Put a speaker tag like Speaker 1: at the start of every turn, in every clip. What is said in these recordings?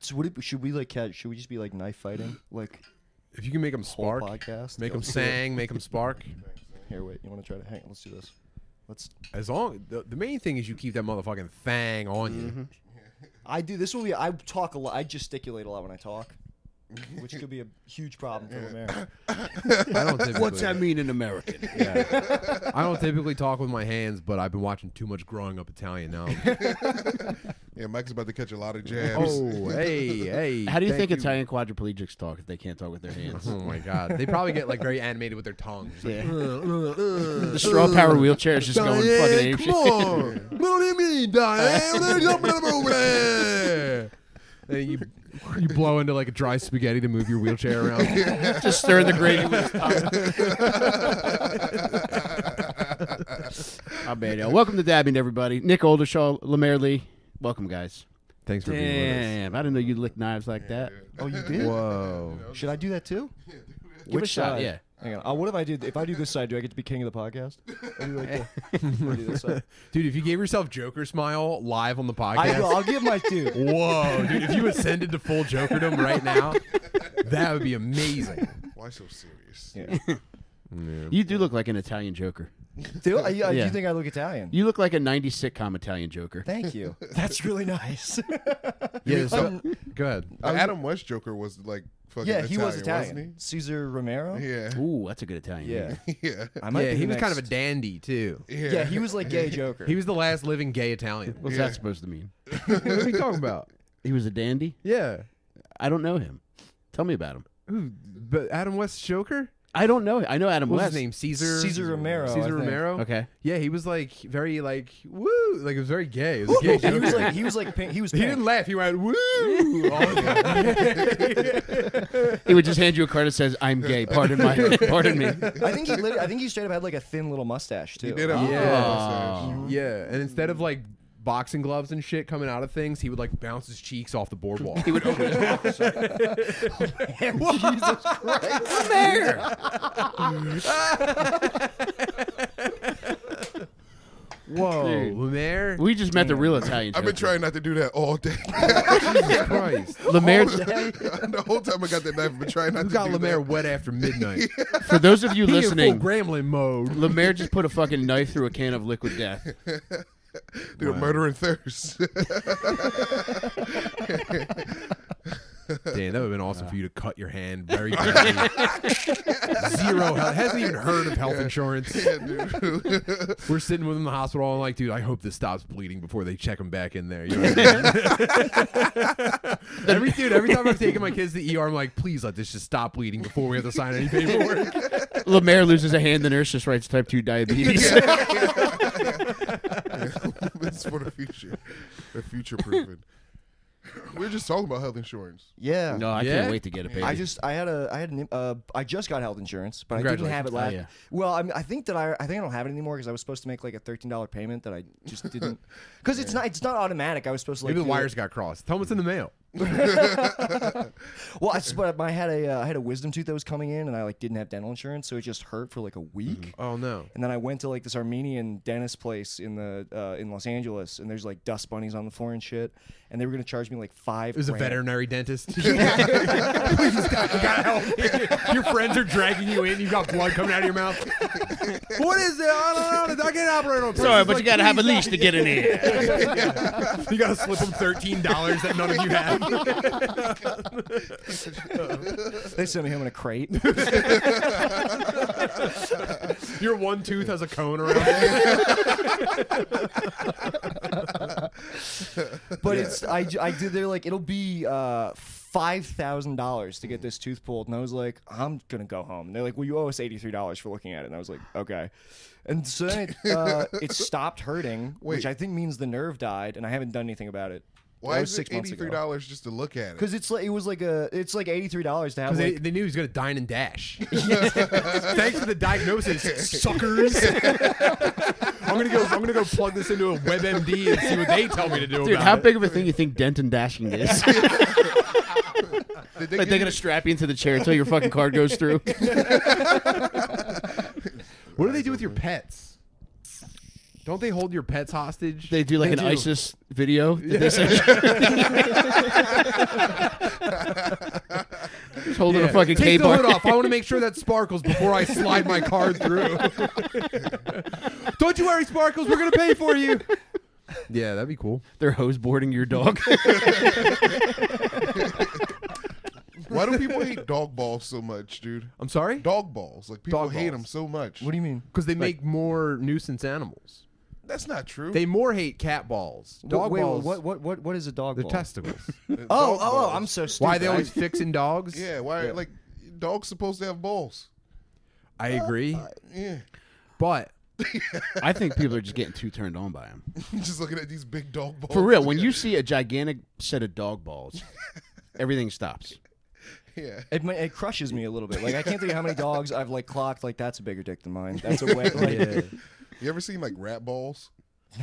Speaker 1: So would it, be- should we like catch? Should we just be like knife fighting? Like
Speaker 2: If you can make them
Speaker 1: whole
Speaker 2: spark,
Speaker 1: podcast?
Speaker 2: make them
Speaker 1: Go-
Speaker 2: sang, make them spark.
Speaker 1: Here, wait. You want to try to hang? Let's do this. Let's.
Speaker 2: As long the, the main thing is you keep that motherfucking thang on you.
Speaker 1: I do. This will be. I talk a lot. I gesticulate a lot when I talk, which could be a huge problem for America.
Speaker 2: I don't typically,
Speaker 3: What's that mean in American?
Speaker 2: I don't typically talk with my hands, but I've been watching too much growing up Italian now.
Speaker 4: Yeah, Mike's about to catch a lot of jabs.
Speaker 2: oh, hey, hey.
Speaker 3: How do you
Speaker 2: thank
Speaker 3: think Italian quadriplegics talk if they can't talk with their hands?
Speaker 2: Oh my god, they probably get like very animated with their tongues. Just like,
Speaker 3: Yeah.
Speaker 2: the
Speaker 3: the straw power wheelchair is just going fucking
Speaker 2: come
Speaker 3: apeshit.
Speaker 2: on. What do you mean, Diane? What are you jumping over there? Then you, you blow into like a dry spaghetti to move your wheelchair around.
Speaker 3: just stir the gravy with his tongue. I'm Mayo. Welcome to Dabbing, everybody. Nick Oldershaw, Lemaire Lee. Welcome, guys.
Speaker 2: Thanks for being
Speaker 3: Damn, I didn't know you lick knives like that.
Speaker 1: Oh, you
Speaker 2: with us.
Speaker 1: did.
Speaker 2: Whoa.
Speaker 1: Should I do that too?
Speaker 3: Give it a shot,
Speaker 1: side?
Speaker 3: yeah.
Speaker 1: Hang on. Uh, what if I do? If I do this side, do I get to be king of the podcast? I do like the- I do this side.
Speaker 2: Dude, if you gave yourself Joker smile live on the
Speaker 1: I will.
Speaker 2: podcast.
Speaker 1: I'll give my dude.
Speaker 2: Whoa, dude, if you ascended to full Jokerdom right now, that would be amazing.
Speaker 4: Why so serious?
Speaker 3: You do look like an Italian joker.
Speaker 1: Do I, yeah,
Speaker 3: Yeah.
Speaker 1: you think I look Italian?
Speaker 3: You look like a 90s sitcom Italian joker.
Speaker 1: Thank you. That's really nice.
Speaker 2: Yeah, so, go ahead.
Speaker 4: Uh, Adam West Joker was like fucking
Speaker 1: yeah,
Speaker 4: Italian,
Speaker 1: he was Italian.
Speaker 4: wasn't
Speaker 1: Caesar Romero.
Speaker 4: he? Yeah.
Speaker 3: Ooh, that's a good Italian.
Speaker 1: Yeah.
Speaker 3: name.
Speaker 4: Yeah.
Speaker 1: I
Speaker 2: Yeah,
Speaker 1: be
Speaker 2: he
Speaker 1: the
Speaker 2: was kind of a
Speaker 1: next-
Speaker 2: dandy too.
Speaker 4: Yeah.
Speaker 1: yeah, he was like gay Joker.
Speaker 2: He was the last living gay Italian.
Speaker 3: What's
Speaker 4: Yeah.
Speaker 3: that supposed to mean?
Speaker 2: what are you talking about?
Speaker 3: He was a dandy?
Speaker 2: Yeah.
Speaker 3: I don't know him. Tell me about him.
Speaker 2: Who? But Adam West's Joker?
Speaker 3: I don't know. I know Adam
Speaker 2: What was
Speaker 3: West.
Speaker 2: his name? Caesar.
Speaker 1: Caesar Romero, I
Speaker 2: Caesar
Speaker 1: think.
Speaker 2: Romero.
Speaker 3: Okay.
Speaker 2: Yeah, he was like very like woo, like it was very gay. It was a
Speaker 1: Yeah,
Speaker 2: gay
Speaker 1: he was
Speaker 2: Joker.
Speaker 1: like he was like pink. He was
Speaker 2: He
Speaker 1: pink.
Speaker 2: didn't laugh. He went woo. all the time.
Speaker 3: He would just hand you a card that says, I'm gay. Pardon my pardon me.
Speaker 1: I think he lit- I think he straight up had like a thin little mustache too.
Speaker 4: He did have a
Speaker 2: Yeah.
Speaker 4: mustache.
Speaker 2: yeah, and instead of like boxing gloves and shit coming out of things, he would like bounce his cheeks off the boardwalk. he would open his mouth. Jesus Christ! Whoa,
Speaker 3: Dude.
Speaker 2: Lemaire.
Speaker 3: We just met the real Italian
Speaker 4: I've been
Speaker 3: joker.
Speaker 4: trying not to do that all day.
Speaker 2: Jesus Christ.
Speaker 3: Lemaire,
Speaker 4: the whole time I got that knife, I've been trying not
Speaker 2: We
Speaker 4: to
Speaker 2: got
Speaker 4: do
Speaker 2: Lemaire
Speaker 4: that.
Speaker 2: wet after midnight.
Speaker 3: for those of you
Speaker 2: He in
Speaker 3: listening,
Speaker 2: full gremlin mode.
Speaker 3: Lemaire just put a fucking knife through a can of liquid death.
Speaker 4: Dude, murder and thirst.
Speaker 2: Damn, that would have been awesome for you to cut your hand very badly. Zero health. Hasn't even heard of health insurance. We're sitting with him in the hospital. I'm like, dude, I hope this stops bleeding before they check him back in there. You know what I mean? every dude, every time I've taken my kids to the ER, I'm like, please let this just stop bleeding before we have to sign any paperwork.
Speaker 3: Lemaire loses a hand, the nurse just writes type 2 diabetes.
Speaker 4: it's for the future. The future proofing. We We're just talking about health insurance.
Speaker 1: Yeah.
Speaker 3: No, I
Speaker 2: Yeah?
Speaker 3: can't wait to get it, baby.
Speaker 1: I just I had a I had an uh, I just got health insurance, but I didn't have it
Speaker 3: Congratulations.
Speaker 1: last.
Speaker 3: Oh, yeah.
Speaker 1: Well, I, mean, I think that I I think I don't have it anymore because I was supposed to make like a thirteen dollar payment that I just didn't because it's not it's not automatic. I was supposed to like
Speaker 2: Maybe the
Speaker 1: do it-
Speaker 2: wires got crossed. Tell him it's in the mail.
Speaker 1: Well, I, s- but I had a uh, I had a wisdom tooth that was coming in, and I like didn't have dental insurance, so it just hurt for like a week.
Speaker 2: Oh no.
Speaker 1: And then I went to like this Armenian dentist place in the uh, in Los Angeles, and there's like dust bunnies on the floor and shit, and they were gonna charge me like five.
Speaker 2: It was a
Speaker 1: grand.
Speaker 2: veterinary dentist. Please, God, God help. Your friends are dragging you in. You've got blood coming out of your mouth. What is it? I don't know. I can't operate on.
Speaker 3: Sorry, but you gotta have a leash to get in here.
Speaker 2: You gotta slip them thirteen dollars that none of you have.
Speaker 1: They sent me home in a crate.
Speaker 2: Your one tooth has a cone around it.
Speaker 1: But it's I, j- I did they're like it'll be uh five thousand dollars to get this tooth pulled, and I was like I'm gonna go home. And they're like, well, you owe us eighty three dollars for looking at it, and I was like, okay. And so then it, uh, it stopped hurting,
Speaker 4: Wait.
Speaker 1: which I think means the nerve died, and I haven't done anything about it.
Speaker 4: Why
Speaker 1: that was
Speaker 4: is it
Speaker 1: six months
Speaker 4: eighty three
Speaker 1: ago.
Speaker 4: dollars just to look at it?
Speaker 1: Because it's like it was like a it's like eighty three dollars to have
Speaker 2: Because
Speaker 1: like,
Speaker 2: they, they knew he was gonna dine and dash. Thanks for the diagnosis, suckers. I'm gonna go. I'm gonna go plug this into a WebMD and see what they tell me to do
Speaker 3: Dude,
Speaker 2: about
Speaker 3: how
Speaker 2: it.
Speaker 3: big of a thing you think dentin dashing is?
Speaker 4: Did they
Speaker 3: like
Speaker 4: give
Speaker 3: they're
Speaker 4: you-
Speaker 3: gonna strap you into the chair until your fucking card goes through.
Speaker 2: What do they do with your pets? Don't they hold your pets hostage?
Speaker 3: They do like
Speaker 1: They
Speaker 3: an
Speaker 1: do.
Speaker 3: ISIS video. that They send Just holding a fucking K
Speaker 2: Take the hood
Speaker 3: bar.
Speaker 2: off. I want to make sure that sparkles before I slide my car through. Don't you worry, sparkles. We're gonna pay for you. Yeah, that'd be cool.
Speaker 3: They're hose boarding your dog.
Speaker 4: Why do people hate dog balls so much, dude?
Speaker 2: I'm sorry,
Speaker 4: Dog balls, like people
Speaker 2: Dog
Speaker 4: hate
Speaker 2: balls.
Speaker 4: them so much.
Speaker 1: What do you mean?
Speaker 2: because they make more nuisance animals.
Speaker 4: That's not true.
Speaker 2: They more hate cat balls. Dog
Speaker 1: Wait,
Speaker 2: balls.
Speaker 1: What, what, what, what is a dog
Speaker 2: They're
Speaker 1: ball?
Speaker 2: testicles.
Speaker 4: Dog
Speaker 1: Oh, oh, oh,
Speaker 4: balls.
Speaker 1: I'm so stupid.
Speaker 2: Why they
Speaker 1: I-
Speaker 2: always fixing dogs?
Speaker 4: Yeah, why? Like, dogs supposed to have balls.
Speaker 2: I agree,
Speaker 1: Uh,
Speaker 4: Yeah,
Speaker 2: but
Speaker 3: I think people are just getting too turned on by him.
Speaker 4: just looking at these big dog balls.
Speaker 3: For real, when you see a gigantic set of dog balls, everything stops.
Speaker 4: yeah,
Speaker 1: It, ma- it crushes me a little bit. Like I can't tell you how many dogs I've like clocked. Like that's a bigger dick than mine. That's a way. Like,
Speaker 4: you ever seen like rat balls?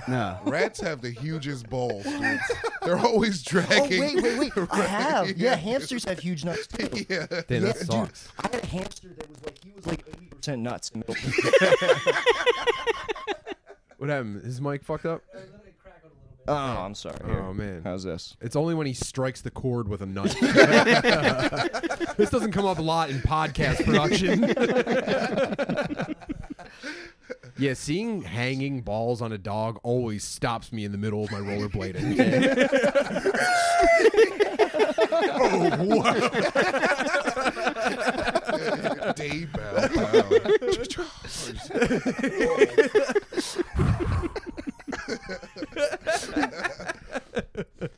Speaker 3: No.
Speaker 4: Rats have the hugest balls, dude. They're always
Speaker 1: Oh
Speaker 4: dragging.
Speaker 1: wait, wait, wait! I have. Yeah,
Speaker 4: Yeah.
Speaker 1: hamsters have huge nuts too.
Speaker 4: Yeah.
Speaker 2: Damn,
Speaker 1: Yeah,
Speaker 2: that sucks.
Speaker 1: I had a hamster that was like he was like eighty percent nuts. In the middle.
Speaker 2: What happened? Is mic fucked up?
Speaker 1: oh, I'm sorry. Here.
Speaker 2: Oh man.
Speaker 1: How's this?
Speaker 2: It's only when he strikes the chord with a knife. this doesn't come up a lot in podcast production. yeah, seeing hanging balls on a dog always stops me in the middle of my rollerblading.
Speaker 4: Day bow. bow.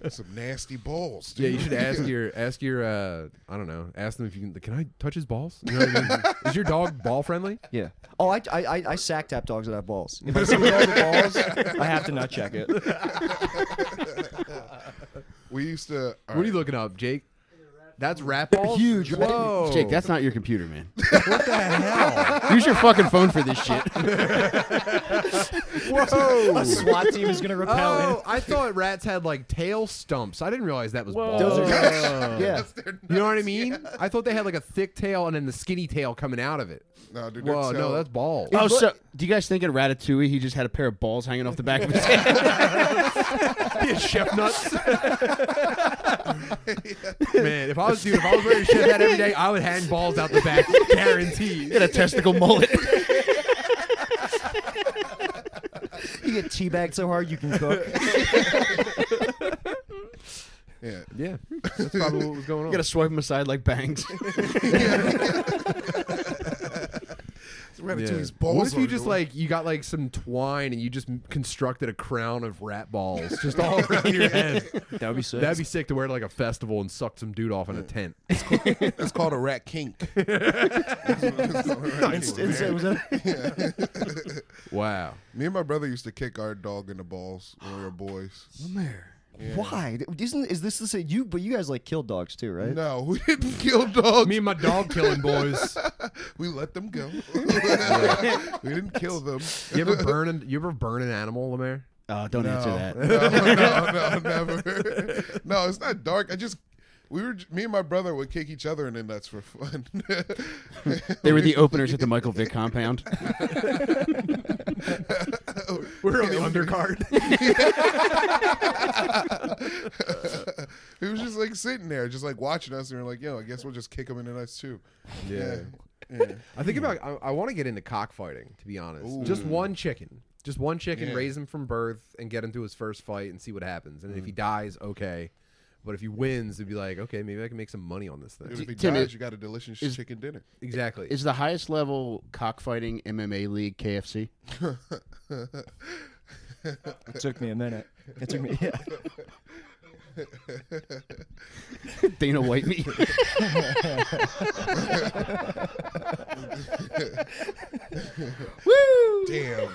Speaker 4: Some nasty balls,
Speaker 2: yeah,
Speaker 4: dude.
Speaker 2: you should ask your ask your uh, I don't know, ask them if you can. Can I touch his balls? You know what I mean? Is your dog ball friendly?
Speaker 1: Yeah. Oh, I, I, I, I sack tap dogs that have balls. If I see a dog with balls, I have to nut check it.
Speaker 4: We used to. all
Speaker 2: What are
Speaker 4: right.
Speaker 2: you looking up, Jake? That's rat balls.
Speaker 1: Huge, right?
Speaker 2: Whoa.
Speaker 3: Jake, that's not your computer, man.
Speaker 2: what the hell?
Speaker 3: Use your fucking phone for this shit.
Speaker 1: A
Speaker 2: Whoa.
Speaker 1: SWAT team is gonna repel
Speaker 2: Oh,
Speaker 1: it.
Speaker 2: I thought rats had like tail stumps. I didn't realize that was balls.
Speaker 1: Those
Speaker 2: Oh.
Speaker 1: are, yeah.
Speaker 2: you know what I mean? I thought they had like a thick tail and then the skinny tail coming out of it.
Speaker 4: No, dude,
Speaker 2: Whoa,
Speaker 4: that's how-
Speaker 2: no, that's balls.
Speaker 3: Oh, so do you guys think in Ratatouille he just had a pair of balls hanging off the back of his head?
Speaker 2: Yeah, chef nuts. Man, if I was dude, if I was wearing chef hat every day, I would hand balls out the back, guaranteed.
Speaker 3: He had a testicle mullet.
Speaker 1: You get teabagged so hard you can cook.
Speaker 4: Yeah.
Speaker 2: Yeah, that's probably what was going
Speaker 3: You
Speaker 2: on.
Speaker 3: gotta swipe him aside like bangs.
Speaker 2: Yeah.
Speaker 4: Ratatouille's balls.
Speaker 2: What if
Speaker 4: are
Speaker 2: you just
Speaker 4: doing-
Speaker 2: like you got like some twine and you just m- constructed a crown of rat balls just all around your head?
Speaker 1: That would be sick.
Speaker 2: That'd be sick to wear to like a festival and suck some dude off in a tent.
Speaker 4: It's called a rat kink.
Speaker 1: was that,
Speaker 2: Wow.
Speaker 4: Me and my brother used to kick our dog in the balls when we were boys.
Speaker 1: Why? Isn't is this the same? You but you guys like kill dogs too, right?
Speaker 4: No, we didn't kill dogs.
Speaker 2: Me and my dog killing boys.
Speaker 4: we let them go. we didn't kill them.
Speaker 2: You ever burn an, you ever burn an animal, Lemaire?
Speaker 3: Oh, don't answer that.
Speaker 4: No, no, no, never. No, it's not dark. I just we were me and my brother would kick each other in the nuts for fun.
Speaker 3: They were the openers at the Michael Vick compound.
Speaker 2: We're on the undercard.
Speaker 4: He was just like sitting there, just like watching us, and we are like, "Yo, I guess we'll just kick him in the nuts too."
Speaker 2: Yeah.
Speaker 4: yeah.
Speaker 2: I think about I, I want to get into cockfighting, to be honest.
Speaker 4: Ooh.
Speaker 2: Just one chicken. Just one chicken,
Speaker 4: Yeah.
Speaker 2: raise him from birth and get him to his first fight and see what happens. And if he dies, okay. But if he wins, it'd be like, okay, maybe I can make some money on this
Speaker 4: Dude,
Speaker 2: thing.
Speaker 4: if he
Speaker 3: Tim,
Speaker 4: dies,
Speaker 3: is-
Speaker 4: you got a delicious
Speaker 3: is-
Speaker 4: chicken dinner.
Speaker 2: Exactly.
Speaker 3: Is the highest level cockfighting MMA league KFC?
Speaker 1: It took me a minute. It took me. Yeah.
Speaker 3: Dana White me.
Speaker 4: Damn.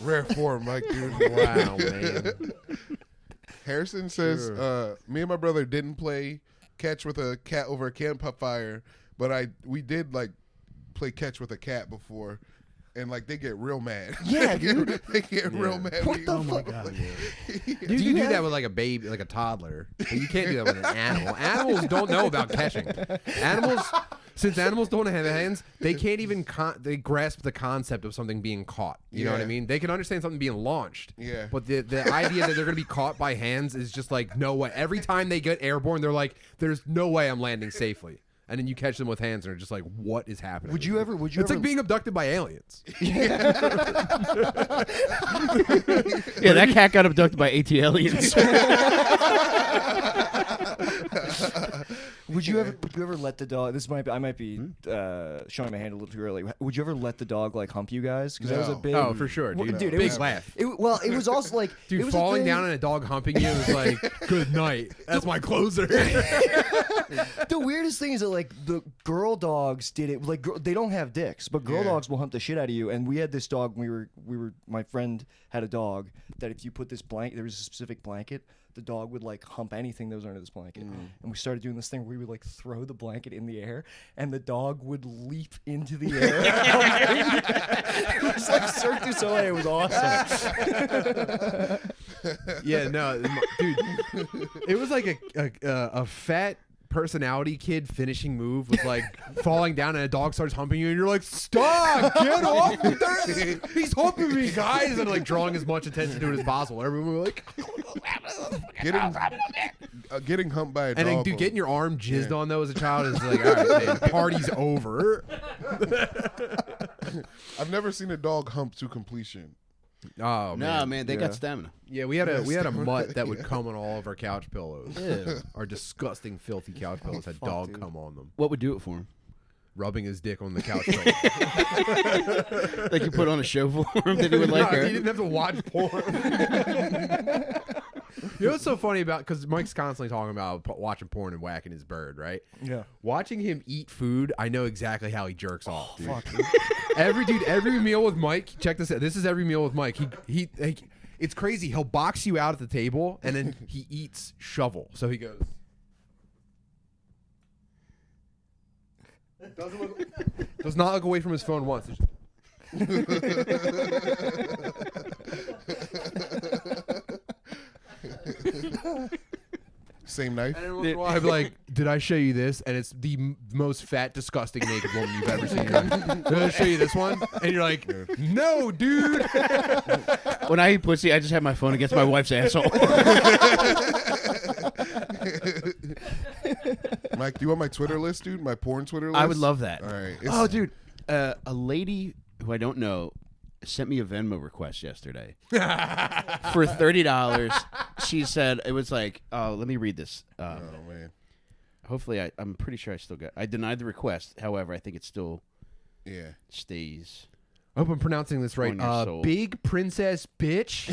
Speaker 4: Rare form, Mike, dude.
Speaker 2: wow, man.
Speaker 4: Harrison says, uh, "Me and my brother didn't play catch with a cat over a campfire, but I we did like play catch with a cat before, and like they get real mad.
Speaker 1: Yeah,
Speaker 4: they, get,
Speaker 1: dude.
Speaker 4: they get real mad.
Speaker 1: What
Speaker 4: when
Speaker 1: the
Speaker 2: Oh
Speaker 4: you-
Speaker 1: fuck?
Speaker 2: You can do that with like a baby, like a toddler, but you can't do that with an animal. Animals don't know about catching. Animals, since animals don't have hands, they can't even con- they grasp the concept of something being caught. You know what I
Speaker 4: Yeah.
Speaker 2: mean? They can understand something being launched.
Speaker 4: Yeah.
Speaker 2: But the the idea that they're gonna be caught by hands is just like no way. Every time they get airborne, they're like, "There's no way I'm landing safely." And then you catch them with hands, and they're just like, "What is happening?"
Speaker 1: Would you ever- would you
Speaker 2: It's
Speaker 1: ever-
Speaker 2: like being abducted by aliens.
Speaker 3: Yeah, that cat got abducted by AT aliens.
Speaker 1: Would you ever? Would you ever let the dog? This might. Be, I might
Speaker 2: Hmm?
Speaker 1: be uh, showing my hand a little too early. Would you ever let the dog like hump you guys? Because that was a
Speaker 4: No.
Speaker 1: big.
Speaker 2: Oh, for sure,
Speaker 1: Well,
Speaker 2: dude.
Speaker 1: dude, it
Speaker 2: Big
Speaker 1: was-
Speaker 2: laugh.
Speaker 1: It, well, it was also like it
Speaker 2: Dude,
Speaker 1: was a
Speaker 2: falling
Speaker 1: thing-
Speaker 2: down and a dog humping you is like, good night. That's my closer.
Speaker 1: the weirdest thing is that like the girl dogs did it like girl, they don't have dicks but girl
Speaker 4: Yeah.
Speaker 1: dogs will hump the shit out of you and we had this dog we were we were my friend had a dog that if you put this blanket there was a specific blanket the dog would like hump anything that was under this blanket and we started doing this thing where we would like throw the blanket in the air and the dog would leap into the air Oh it was like Cirque du Soleil it was awesome
Speaker 2: yeah, no, m- dude, it was like a a, a a fat personality kid finishing move was like falling down and a dog starts humping you and you're like stop get off me there- he's humping me guys and like drawing as much attention to it as possible everyone were like
Speaker 4: Getting, uh, getting humped by a
Speaker 2: and then
Speaker 4: dog.
Speaker 2: dude
Speaker 4: was-
Speaker 2: getting your arm jizzed
Speaker 4: Yeah.
Speaker 2: on though as a child is like all right man, party's over
Speaker 4: I've never seen a dog hump to completion.
Speaker 2: oh man.
Speaker 3: nah, man, they
Speaker 1: Yeah.
Speaker 3: got stamina.
Speaker 2: Yeah, we had a we had a mutt that would come on all of our couch pillows. Our disgusting, filthy couch pillows had
Speaker 1: fuck,
Speaker 2: dog
Speaker 1: dude.
Speaker 2: cum on them,
Speaker 3: What would do it for him?
Speaker 2: rubbing his dick on the couch. pillow.
Speaker 3: They could put on a show for him that he would like
Speaker 2: No,
Speaker 3: her.
Speaker 2: He didn't have to watch porn. you know what's so funny about? Because Mike's constantly talking about p- watching porn and whacking his bird, right?
Speaker 1: Yeah.
Speaker 2: Watching him eat food, I know exactly how he jerks off. dude.
Speaker 3: Oh,
Speaker 2: every dude, every meal with Mike. Check this out. This is every meal with Mike. He he. like, it's crazy. He'll box you out at the table, and then he eats shovel. So he goes. Doesn't look- does not look away from his phone once. It's just-
Speaker 4: Same knife.
Speaker 2: And every once in a while, I'd be like, "Did I show you this?" And it's the m- most fat, disgusting naked woman you've ever seen. You're like, Did I show you this one? And you're like, "No, dude."
Speaker 3: When I eat pussy, I just have my phone against my wife's asshole.
Speaker 4: Mike, do you want my Twitter list, dude? My porn Twitter list?
Speaker 3: I would love that.
Speaker 4: All right. It's-
Speaker 3: Oh, dude, uh, a lady who I don't know sent me a Venmo request yesterday for thirty dollars. She said it was like, oh, let me read this. Uh,
Speaker 4: Oh, man.
Speaker 3: Hopefully, I, I'm pretty sure I still got. I denied the request. However, I think it still
Speaker 4: Yeah.
Speaker 3: stays.
Speaker 2: I hope I'm pronouncing this right.
Speaker 3: On your
Speaker 2: Uh,
Speaker 3: soul.
Speaker 2: big princess bitch.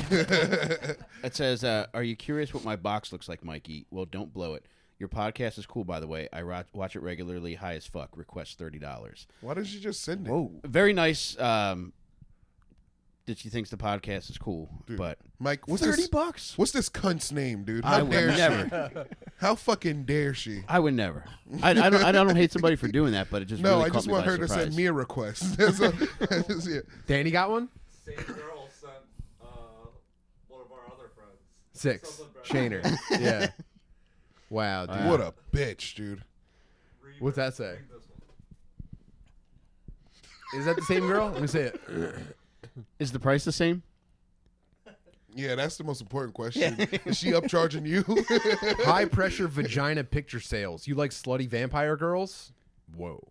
Speaker 3: It says, uh, "Are you curious what my box looks like, Mikey? Well, don't blow it. Your podcast is cool, by the way. I ro- watch it regularly. High as fuck. Request thirty dollars.
Speaker 4: Why didn't you just send it?
Speaker 1: whoa
Speaker 3: Very nice. Um, that she thinks the podcast is cool, but
Speaker 4: Mike, what's
Speaker 3: thirty
Speaker 4: this?
Speaker 3: bucks.
Speaker 4: What's this cunt's name, dude? How
Speaker 3: I would
Speaker 4: dare
Speaker 3: never.
Speaker 4: she? How fucking dare she?
Speaker 3: I would never. I, I, don't, I don't hate somebody for doing that, but it just
Speaker 4: No,
Speaker 3: really
Speaker 4: I
Speaker 3: caught
Speaker 4: just
Speaker 3: me
Speaker 4: want
Speaker 3: by
Speaker 4: her to
Speaker 3: surprise.
Speaker 4: send me a request. That's a- that's- yeah.
Speaker 2: Danny got one.
Speaker 5: same girl sent uh, one of our other friends.
Speaker 2: Six. Shaner. Yeah. Wow, dude.
Speaker 4: What a bitch, dude.
Speaker 2: What's that say?
Speaker 5: This one.
Speaker 2: Is that the same girl? Let me see it.
Speaker 3: Is the price the same?
Speaker 4: Yeah, that's the most important question. Is she upcharging you?
Speaker 2: High pressure vagina picture sales. You like slutty vampire girls? Whoa.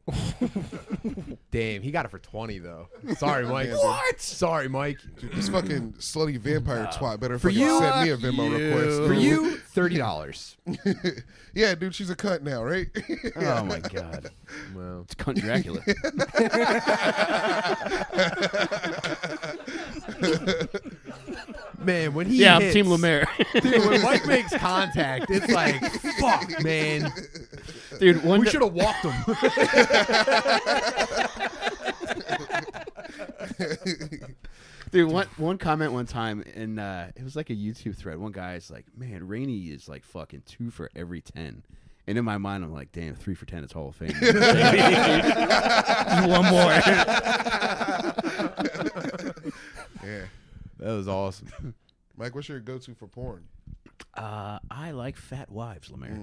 Speaker 2: Damn, he got it for 20 though. Sorry, Mike.
Speaker 4: dude.
Speaker 2: Sorry, Mike.
Speaker 4: dude, this fucking slutty vampire twat better fucking
Speaker 2: you,
Speaker 4: send me a Venmo
Speaker 2: you.
Speaker 4: request.
Speaker 2: For
Speaker 4: dude.
Speaker 2: you, thirty dollars.
Speaker 4: yeah, dude, she's a cunt now, right?
Speaker 3: Oh my god,
Speaker 2: Wow.
Speaker 3: it's cunt Dracula.
Speaker 2: Man, when he
Speaker 3: yeah, I'm
Speaker 2: hits,
Speaker 3: Team Lemaire,
Speaker 2: Dude, when Mike makes contact, it's like fuck, man.
Speaker 3: dude. One
Speaker 2: We
Speaker 3: di-
Speaker 2: should have walked him.
Speaker 3: Dude, one one comment one time, and uh, it was like a YouTube thread. One guy's like, "Man, Rainey is like fucking two for every ten. And in my mind, I'm like, "Damn, three for ten is Hall of Fame." Just one more.
Speaker 4: yeah.
Speaker 2: That was awesome.
Speaker 4: Mike, what's your go-to for porn?
Speaker 3: Uh, I like fat wives, Lemaire.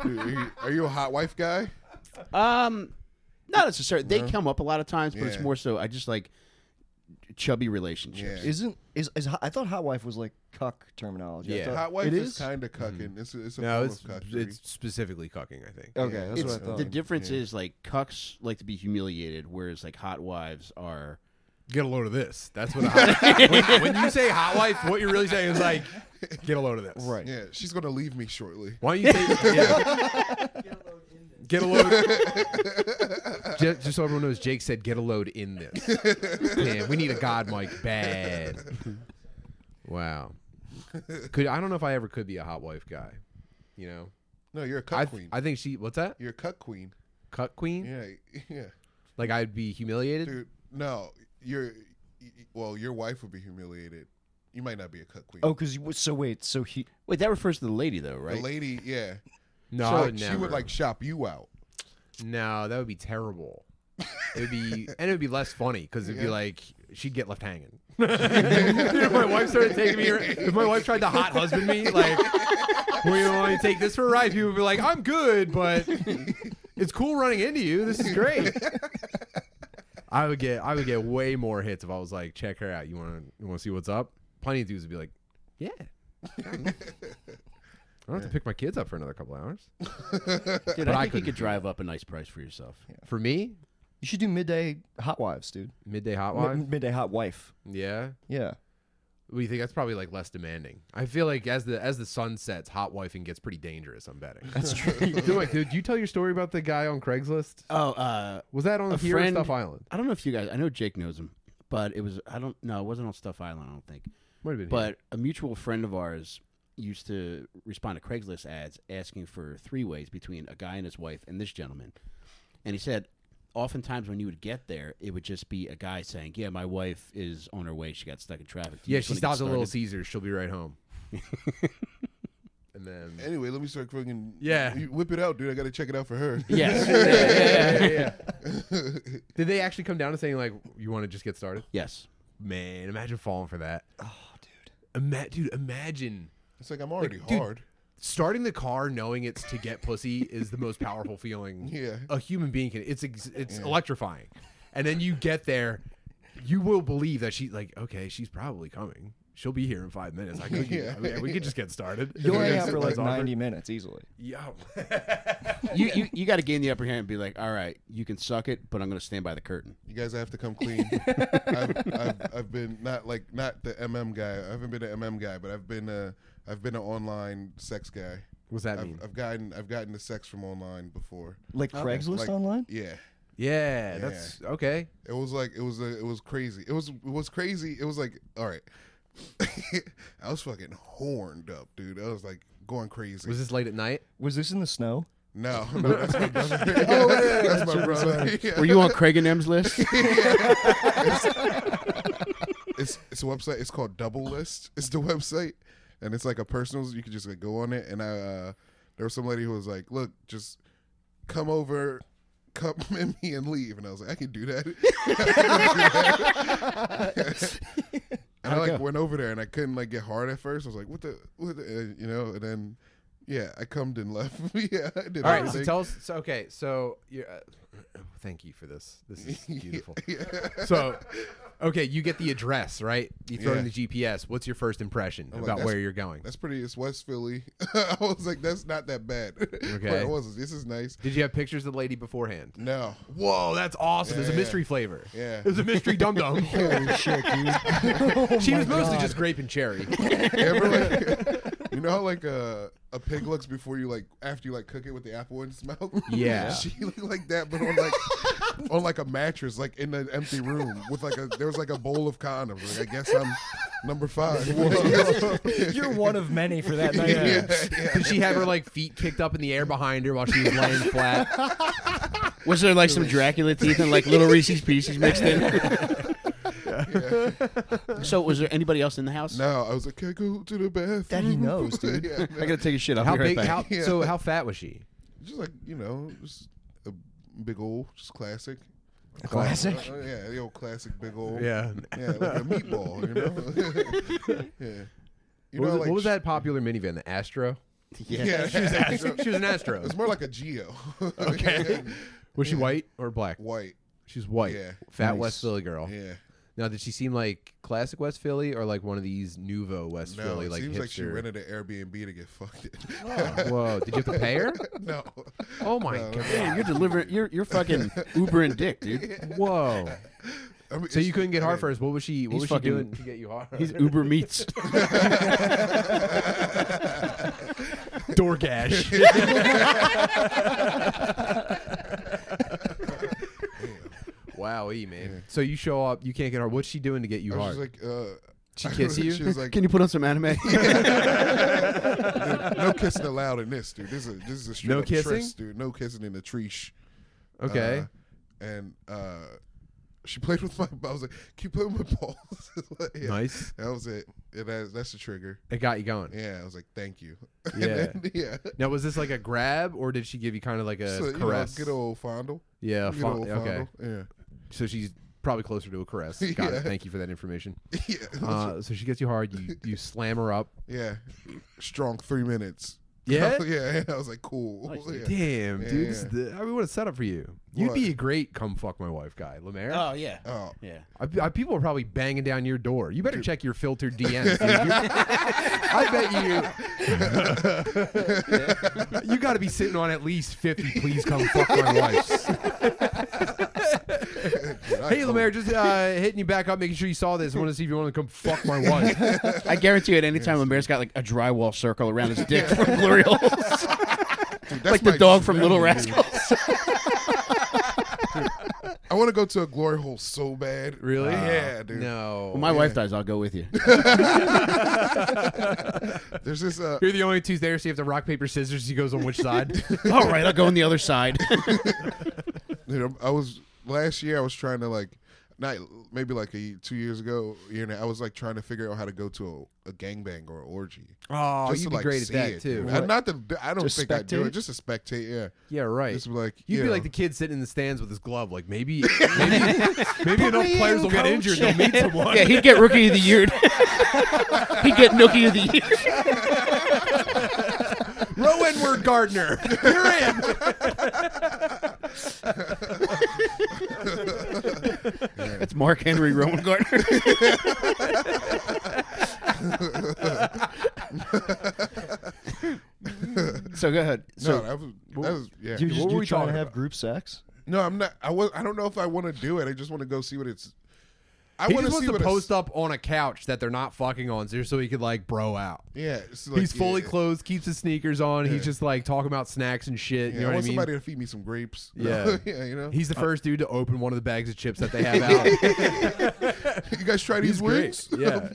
Speaker 4: Dude, are, you, are you a hot wife guy?
Speaker 3: Um, not necessarily. They come up a lot of times, but it's
Speaker 4: Yeah.
Speaker 3: more so I just like chubby relationships.
Speaker 4: Yeah.
Speaker 1: Isn't is, is I thought hot wife was like cuck terminology. I
Speaker 2: Yeah.
Speaker 1: thought-
Speaker 4: Hot wife
Speaker 1: it
Speaker 4: is, kind of cucking. It's a, it's a
Speaker 2: Mm-hmm. No,
Speaker 4: form
Speaker 2: it's
Speaker 4: of cuckery.
Speaker 2: it's specifically cucking. I think.
Speaker 1: Okay,
Speaker 4: yeah.
Speaker 1: that's
Speaker 3: It's
Speaker 1: what I thought.
Speaker 3: the difference
Speaker 4: Yeah.
Speaker 3: is like cucks like to be humiliated, whereas like hot wives are.
Speaker 2: Get a load of this. That's what. A hot, when, when you say hot wife, what you're really saying is like, get a load of this.
Speaker 1: right.
Speaker 4: yeah, she's gonna leave me shortly.
Speaker 2: Why don't you take? Yeah. Get a load. just, just so everyone knows, Jake said, "Get a load in this." Man, we need a god mic bad. Wow. Could I don't know if I ever could be a hot wife guy. You know,
Speaker 4: No, you're a cuck
Speaker 2: I
Speaker 4: queen.
Speaker 2: I think she. What's that?
Speaker 4: you're a cuck queen.
Speaker 2: Cut queen?
Speaker 4: Yeah, yeah,
Speaker 2: Like I'd be humiliated.
Speaker 4: dude. No, you're. y- y- Well, your wife would be humiliated. You might not be a cuck queen.
Speaker 1: Oh, because so wait, so he
Speaker 3: Wait, that refers to the lady though,
Speaker 4: the
Speaker 3: right?
Speaker 4: lady, yeah.
Speaker 2: No,
Speaker 4: So,
Speaker 2: I
Speaker 4: like,
Speaker 2: would
Speaker 4: she
Speaker 2: never.
Speaker 4: would like shop you out.
Speaker 2: No, that would be terrible. It would be, and it would be less funny because it'd be
Speaker 4: Yeah.
Speaker 2: like she'd get left hanging. if my wife started taking me, if my wife tried to hot husband me, like, we don't want to take this for a ride. People would be like, "I'm good, but it's cool running into you. This is great." I would get, I would get way more hits if I was like, "Check her out. You want to, you want to see what's up?" Plenty of dudes would be like, "Yeah." I don't have to pick my kids up for another couple hours.
Speaker 3: Dude,
Speaker 2: But I
Speaker 3: I think you
Speaker 2: couldn't
Speaker 3: could drive up a nice price for yourself.
Speaker 2: For me,
Speaker 1: you should do midday hot wives, dude.
Speaker 2: midday hot
Speaker 1: Mi-
Speaker 2: wife.
Speaker 1: midday hot wife.
Speaker 2: Yeah.
Speaker 1: Yeah.
Speaker 2: We think that's probably like less demanding. I feel like as the as the sun sets, hot wifing gets pretty dangerous. I'm betting.
Speaker 1: That's true.
Speaker 2: Dude, wait, did you tell your story about the guy on Craigslist?
Speaker 3: Oh, uh,
Speaker 2: Was that on
Speaker 3: A
Speaker 2: here or
Speaker 3: friend-
Speaker 2: Stuff Island?
Speaker 3: I don't know if you guys. I know Jake knows him, but it was I don't no, it wasn't on Stuff Island. I don't think.
Speaker 2: Might have been. here.
Speaker 3: But a mutual friend of ours used to respond to Craigslist ads asking for three ways between a guy and his wife and this gentleman. And he said, oftentimes when you would get there, it would just be a guy saying, "Yeah, my wife is on her way. She got stuck in traffic." Do you
Speaker 2: yeah,
Speaker 3: just
Speaker 2: she
Speaker 3: wanna get
Speaker 2: stopped at Little
Speaker 3: started?"
Speaker 2: Caesars. She'll be right home. and then
Speaker 4: Anyway, let me start fucking.
Speaker 2: Yeah.
Speaker 4: you whip it out, dude. I gotta check it out for her.
Speaker 3: Yes,
Speaker 2: yeah, yeah, yeah. did they actually come down to saying like, "You want to just get started?"
Speaker 3: yes.
Speaker 2: Man, imagine falling for that.
Speaker 1: oh, dude.
Speaker 2: Ima- dude, imagine
Speaker 4: It's like I'm already
Speaker 2: dude.
Speaker 4: hard.
Speaker 2: starting the car knowing it's to get pussy is the most powerful feeling
Speaker 4: Yeah.
Speaker 2: a human being can it's ex- it's electrifying and then you get there you will believe that she's like okay she's probably coming she'll be here in five minutes i, know you,
Speaker 4: Yeah.
Speaker 2: I mean, we could just get started
Speaker 1: You'll hang out
Speaker 2: It's
Speaker 1: for like
Speaker 2: awkward.
Speaker 1: 90 minutes easily.
Speaker 2: Yo.
Speaker 3: You you, you got to gain the upper hand and be like, "All right, you can suck it, but I'm going to stand by the curtain."
Speaker 4: You guys have to come clean. I've, I've, I've been not like not the MM guy. I haven't been an MM guy, but I've been a I've been an online sex guy.
Speaker 2: what's that
Speaker 4: I've,
Speaker 2: mean
Speaker 4: I've gotten I've gotten the sex from online before.
Speaker 1: Like Craigslist
Speaker 4: Like,
Speaker 1: online?
Speaker 4: Yeah,
Speaker 2: yeah, that's okay
Speaker 4: it was like it was a, it was crazy. It was it was crazy. It was like all right, I was fucking horned up, dude. I was like going crazy.
Speaker 2: was this late at night
Speaker 1: Was this in the snow?
Speaker 4: no, no, that's my brother. that's my brother. Yeah.
Speaker 3: Were you on Craig and M's list?
Speaker 4: it's it's a website. It's called Double List. It's the website, and it's like a personal. You could just like go on it. And I uh, there was some lady who was like, "Look, just come over, come in me and leave." And I was like, "I can do that." and I like went over there, and I couldn't like get hard at first. I was like, "What the, what the uh, you know?" And then yeah, I cummed and left. yeah, I did.
Speaker 2: all right so
Speaker 4: everything.
Speaker 2: tell us so okay so you're uh, thank you for this this is beautiful so okay you get the address right you throw in
Speaker 4: Yeah.
Speaker 2: the gps what's your first impression
Speaker 4: like,
Speaker 2: about
Speaker 4: that's-
Speaker 2: where you're going
Speaker 4: That's pretty. It's West Philly. I was like, that's not that bad. But
Speaker 2: Okay.
Speaker 4: it was. This is nice.
Speaker 2: Did you have pictures of the lady beforehand?
Speaker 4: No.
Speaker 2: Whoa, that's awesome. There's a
Speaker 4: Yeah,
Speaker 2: mystery flavor.
Speaker 4: Yeah.
Speaker 2: There's a mystery dum dum.
Speaker 1: Holy shit, dude. Oh
Speaker 2: she
Speaker 1: my
Speaker 2: was mostly
Speaker 1: God.
Speaker 2: just grape and cherry.
Speaker 4: You ever like, you know how like a a pig looks before you like after you like cook it with the apple and smell?
Speaker 2: Yeah.
Speaker 4: she looked like that, but on like on like a mattress, like in an empty room with like a there was like a bowl of condoms. Like I guess I'm number five.
Speaker 1: You're one of many for that night.
Speaker 4: yeah, yeah.
Speaker 2: Did she have her like feet kicked up in the air behind her while she was laying flat?
Speaker 3: Was there like some Dracula teeth and like little Reese's Pieces mixed in? so, was there anybody else in the house?
Speaker 4: No, I was like, can I go to the bathroom?
Speaker 1: That he knows, dude.
Speaker 4: yeah,
Speaker 3: I gotta take a shit. I'll
Speaker 2: How
Speaker 3: be right
Speaker 2: big?
Speaker 3: back.
Speaker 2: How,
Speaker 4: Yeah.
Speaker 2: So how fat was she?
Speaker 4: just like you know, just a big old, just classic.
Speaker 1: Classic.
Speaker 4: Uh, yeah, the old classic big old.
Speaker 2: Yeah.
Speaker 4: Yeah, like a meatball, you know? yeah. You
Speaker 2: what, was,
Speaker 4: like
Speaker 2: what was that popular minivan? The Astro.
Speaker 4: Yeah, she was
Speaker 2: She was an Astro.
Speaker 4: It's more like a Geo.
Speaker 2: Okay. Was she white or black?
Speaker 4: White.
Speaker 2: She's white.
Speaker 4: Yeah.
Speaker 2: Fat
Speaker 1: Nice.
Speaker 2: West Philly girl.
Speaker 4: Yeah.
Speaker 2: Now, did she seem like classic West Philly or like one of these nouveau West
Speaker 4: No,
Speaker 2: Philly
Speaker 4: it
Speaker 2: like
Speaker 4: seems
Speaker 2: hipster?
Speaker 4: like she rented an Airbnb to get fucked. In.
Speaker 2: Whoa! Did you have to pay her?
Speaker 4: no.
Speaker 2: Oh my
Speaker 4: No.
Speaker 2: god!
Speaker 3: Damn, you're delivering. You're you're fucking Uber and Dick, dude.
Speaker 2: Whoa!
Speaker 4: I mean,
Speaker 2: So
Speaker 4: it's-
Speaker 2: you couldn't get
Speaker 4: I
Speaker 2: hard
Speaker 4: mean,
Speaker 2: first. What was she? What
Speaker 3: He's
Speaker 2: was she
Speaker 3: fucking-
Speaker 2: doing to get you hard?
Speaker 3: He's Uber meets.
Speaker 2: DoorGash. Wowie, man. So you show up, you can't get hard. What's she doing to get you
Speaker 4: I was
Speaker 2: hard?
Speaker 4: just like, uh,
Speaker 2: She
Speaker 4: I
Speaker 2: kiss
Speaker 4: remember
Speaker 2: you?
Speaker 4: She was like,
Speaker 3: Can you put on some anime?
Speaker 4: no kissing allowed in this, dude. This is this is a straight
Speaker 2: No
Speaker 4: up
Speaker 2: kissing?
Speaker 4: tryst, dude. No kissing in the treesh.
Speaker 2: okay.
Speaker 4: Uh, and uh, she played with my. I was like, "Can you play with my balls?" Yeah.
Speaker 2: Nice.
Speaker 4: That was it. It has, that's the trigger.
Speaker 2: It got you going.
Speaker 4: Yeah, I was like, "Thank you."
Speaker 2: Yeah.
Speaker 4: and then, yeah.
Speaker 2: Now was this like a grab or did she give you kind of like a
Speaker 4: So, you know,
Speaker 2: caress?
Speaker 4: good old fondle.
Speaker 2: yeah,
Speaker 4: Good
Speaker 2: fo-
Speaker 4: old
Speaker 2: okay.
Speaker 4: fondle. Yeah.
Speaker 2: So she's probably closer to a caress. Got
Speaker 4: Yeah.
Speaker 2: it. Thank you for that information.
Speaker 4: Yeah.
Speaker 2: Uh, so she gets you hard. You you slam her up.
Speaker 4: yeah. Strong three minutes.
Speaker 2: Yeah. Oh,
Speaker 4: yeah. I was like, "Cool." yeah.
Speaker 2: Damn,
Speaker 4: Yeah,
Speaker 2: dude. This is
Speaker 4: yeah.
Speaker 2: the, I mean, what a setup for you. You'd
Speaker 4: What?
Speaker 2: be a great come fuck my wife guy, Lemaire.
Speaker 3: oh yeah.
Speaker 4: Oh.
Speaker 3: Yeah.
Speaker 2: I, I, people are probably banging down your door. You better check your filtered DMs. dude. You- I bet you. you got to be sitting on at least fifty. Please come fuck my wife. hey, Lemaire, just uh, hitting you back up, making sure you saw this. want to see if you want to come fuck my wife.
Speaker 3: I guarantee you, at any time, Lemaire's got like a drywall circle around his dick from Glorioles,
Speaker 4: Dude, that's
Speaker 3: like the
Speaker 4: my
Speaker 3: dog from Little
Speaker 4: dream, dude.
Speaker 3: Rascals.
Speaker 4: I want to go to a glory hole so bad.
Speaker 2: Really? Oh,
Speaker 4: Yeah, dude.
Speaker 2: No.
Speaker 3: When my wife dies, I'll go with you.
Speaker 4: There's this. Uh,
Speaker 2: You're the only two there, so you have to rock paper scissors. He goes on which side?
Speaker 3: All right, I'll go on the other side.
Speaker 4: dude, I'm- I was last year. I was trying to like, not maybe like a two years ago, year and a- I was like trying to figure out how to go to a, a gangbang or an orgy.
Speaker 2: oh,
Speaker 4: Just
Speaker 2: you'd
Speaker 4: to,
Speaker 2: be
Speaker 4: like,
Speaker 2: great at
Speaker 4: see
Speaker 2: that
Speaker 4: it,
Speaker 2: too.
Speaker 4: dude. I, not that I don't
Speaker 1: Just
Speaker 4: think I'd do
Speaker 1: spectate?
Speaker 4: it. Just a spectate. Yeah.
Speaker 2: Yeah, right.
Speaker 4: Just like
Speaker 2: You'd
Speaker 4: you
Speaker 2: be
Speaker 4: know.
Speaker 2: like the kid sitting in the stands with his glove. Like maybe, maybe, maybe enough players will get injured. They'll meet someone.
Speaker 3: Yeah, he'd get rookie of the year. he'd get nookie of the year.
Speaker 2: Row Edward Gardner, you're in.
Speaker 3: That's Mark Henry Rowan Gardner. so go ahead. So
Speaker 4: no, that was, that was yeah.
Speaker 1: You just
Speaker 2: were
Speaker 1: you trying
Speaker 2: we
Speaker 1: to
Speaker 2: talking
Speaker 1: have
Speaker 2: about?
Speaker 1: group sex?
Speaker 4: no, I'm not. I was. I don't know if I want to do it. I just want to go see what it's. I
Speaker 2: He
Speaker 4: wanna
Speaker 2: just wants to
Speaker 4: see what
Speaker 2: post up on a couch that they're not fucking on, just so he could like bro out.
Speaker 4: It's, yeah, it's like,
Speaker 2: he's fully
Speaker 4: yeah.
Speaker 2: clothed, keeps his sneakers on. He's just like talking about snacks and shit. you
Speaker 4: Yeah,
Speaker 2: know
Speaker 4: I
Speaker 2: what I
Speaker 4: want
Speaker 2: mean?
Speaker 4: somebody to feed me some grapes.
Speaker 2: Yeah.
Speaker 4: yeah, you know. Uh,
Speaker 2: He's the first dude to open one of the bags of chips that they have out.
Speaker 4: you guys try these
Speaker 2: He's great.
Speaker 4: wings?
Speaker 2: Yeah.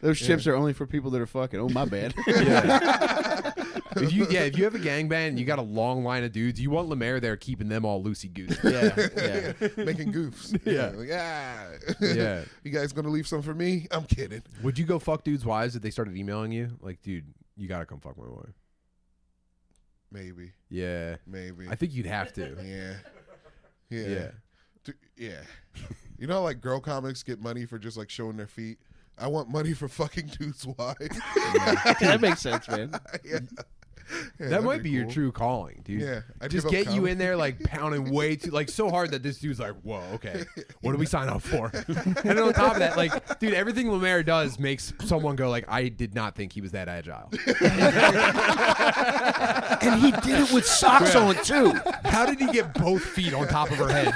Speaker 3: those chips are only for people that are fucking. Oh my bad.
Speaker 2: Yeah. if you yeah, if you have a gangbang and you got a long line of dudes, you want Lemaire there keeping them all loosey goosey.
Speaker 3: yeah, yeah.
Speaker 4: making goofs.
Speaker 2: Yeah.
Speaker 4: Like, ah.
Speaker 2: Yeah.
Speaker 4: you guys gonna leave some for me? I'm kidding.
Speaker 2: Would you go fuck dudes' wives if they started emailing you? Like, dude, you gotta come fuck my wife.
Speaker 4: Maybe,
Speaker 2: Yeah.
Speaker 4: maybe.
Speaker 2: I think you'd have to.
Speaker 4: yeah. Yeah.
Speaker 2: Yeah.
Speaker 4: D- yeah. you know, how, like girl comics get money for just like showing their feet. I want money for fucking dudes' wives.
Speaker 3: that makes sense, man.
Speaker 4: yeah. Yeah,
Speaker 2: that
Speaker 4: that'd
Speaker 2: might be your
Speaker 4: cool.
Speaker 2: true calling, dude.
Speaker 4: Yeah, I'd
Speaker 2: Just
Speaker 4: give up
Speaker 2: get you
Speaker 4: comedy.
Speaker 2: in there like pounding way too like so hard that this dude's like, whoa, okay, what do we sign up for? and then on top of that, like, dude, everything Lemaire does makes someone go like, I did not think he was that agile.
Speaker 3: And he did it with socks on too.
Speaker 2: How did he get both feet on top of her head?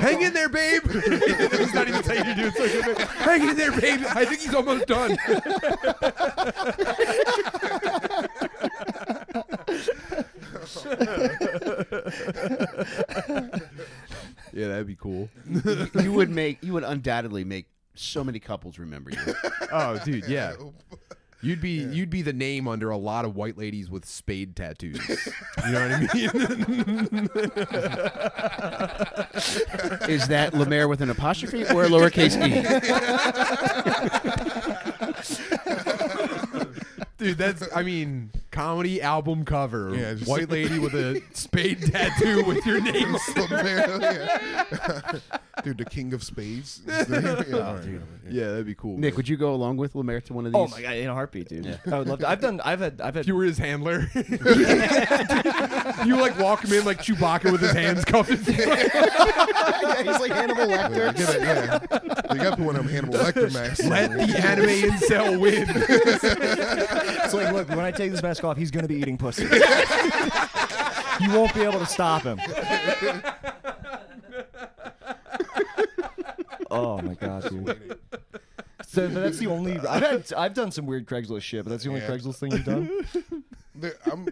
Speaker 2: Hang in there, babe. It's not even telling you to do it, it's like, Hang in there, babe. I think he's almost done. yeah, that'd be cool.
Speaker 3: You- you would make you would undoubtedly make so many couples remember you.
Speaker 2: Oh, dude, yeah. You'd be you'd be the name under a lot of white ladies with spade tattoos. you know what I mean?
Speaker 3: Is that Lemaire with an apostrophe or a lowercase e?
Speaker 2: Dude, that's I mean, comedy album cover.
Speaker 4: Yeah, just-
Speaker 2: white lady with a spade tattoo with your name.
Speaker 4: Yeah. dude, the king of spades. is the
Speaker 2: Oh,
Speaker 4: name? Yeah, alright, yeah.
Speaker 2: Yeah, that'd be cool.
Speaker 3: Nick, would you go along with Lemaire to one of these?
Speaker 1: Oh my god, in a heartbeat, dude. I would love to. I've done. I've had. I've had.
Speaker 2: If you were his handler, you like walk him in like Chewbacca with his hands cuffed.
Speaker 1: yeah, he's like Hannibal
Speaker 4: Yeah,
Speaker 1: Lecter.
Speaker 4: you gotta- yeah. You got to put one of them Hannibal Lecter masks.
Speaker 2: Let
Speaker 4: on.
Speaker 2: the anime incel win.
Speaker 1: It's like, look, when I take this mask off, he's gonna be eating pussy. you won't be able to stop him. oh my god, dude. So but that's the only I've had, I've done some weird Craigslist shit, but that's the only
Speaker 4: Yeah.
Speaker 1: Craigslist thing you've done.
Speaker 4: There, I'm,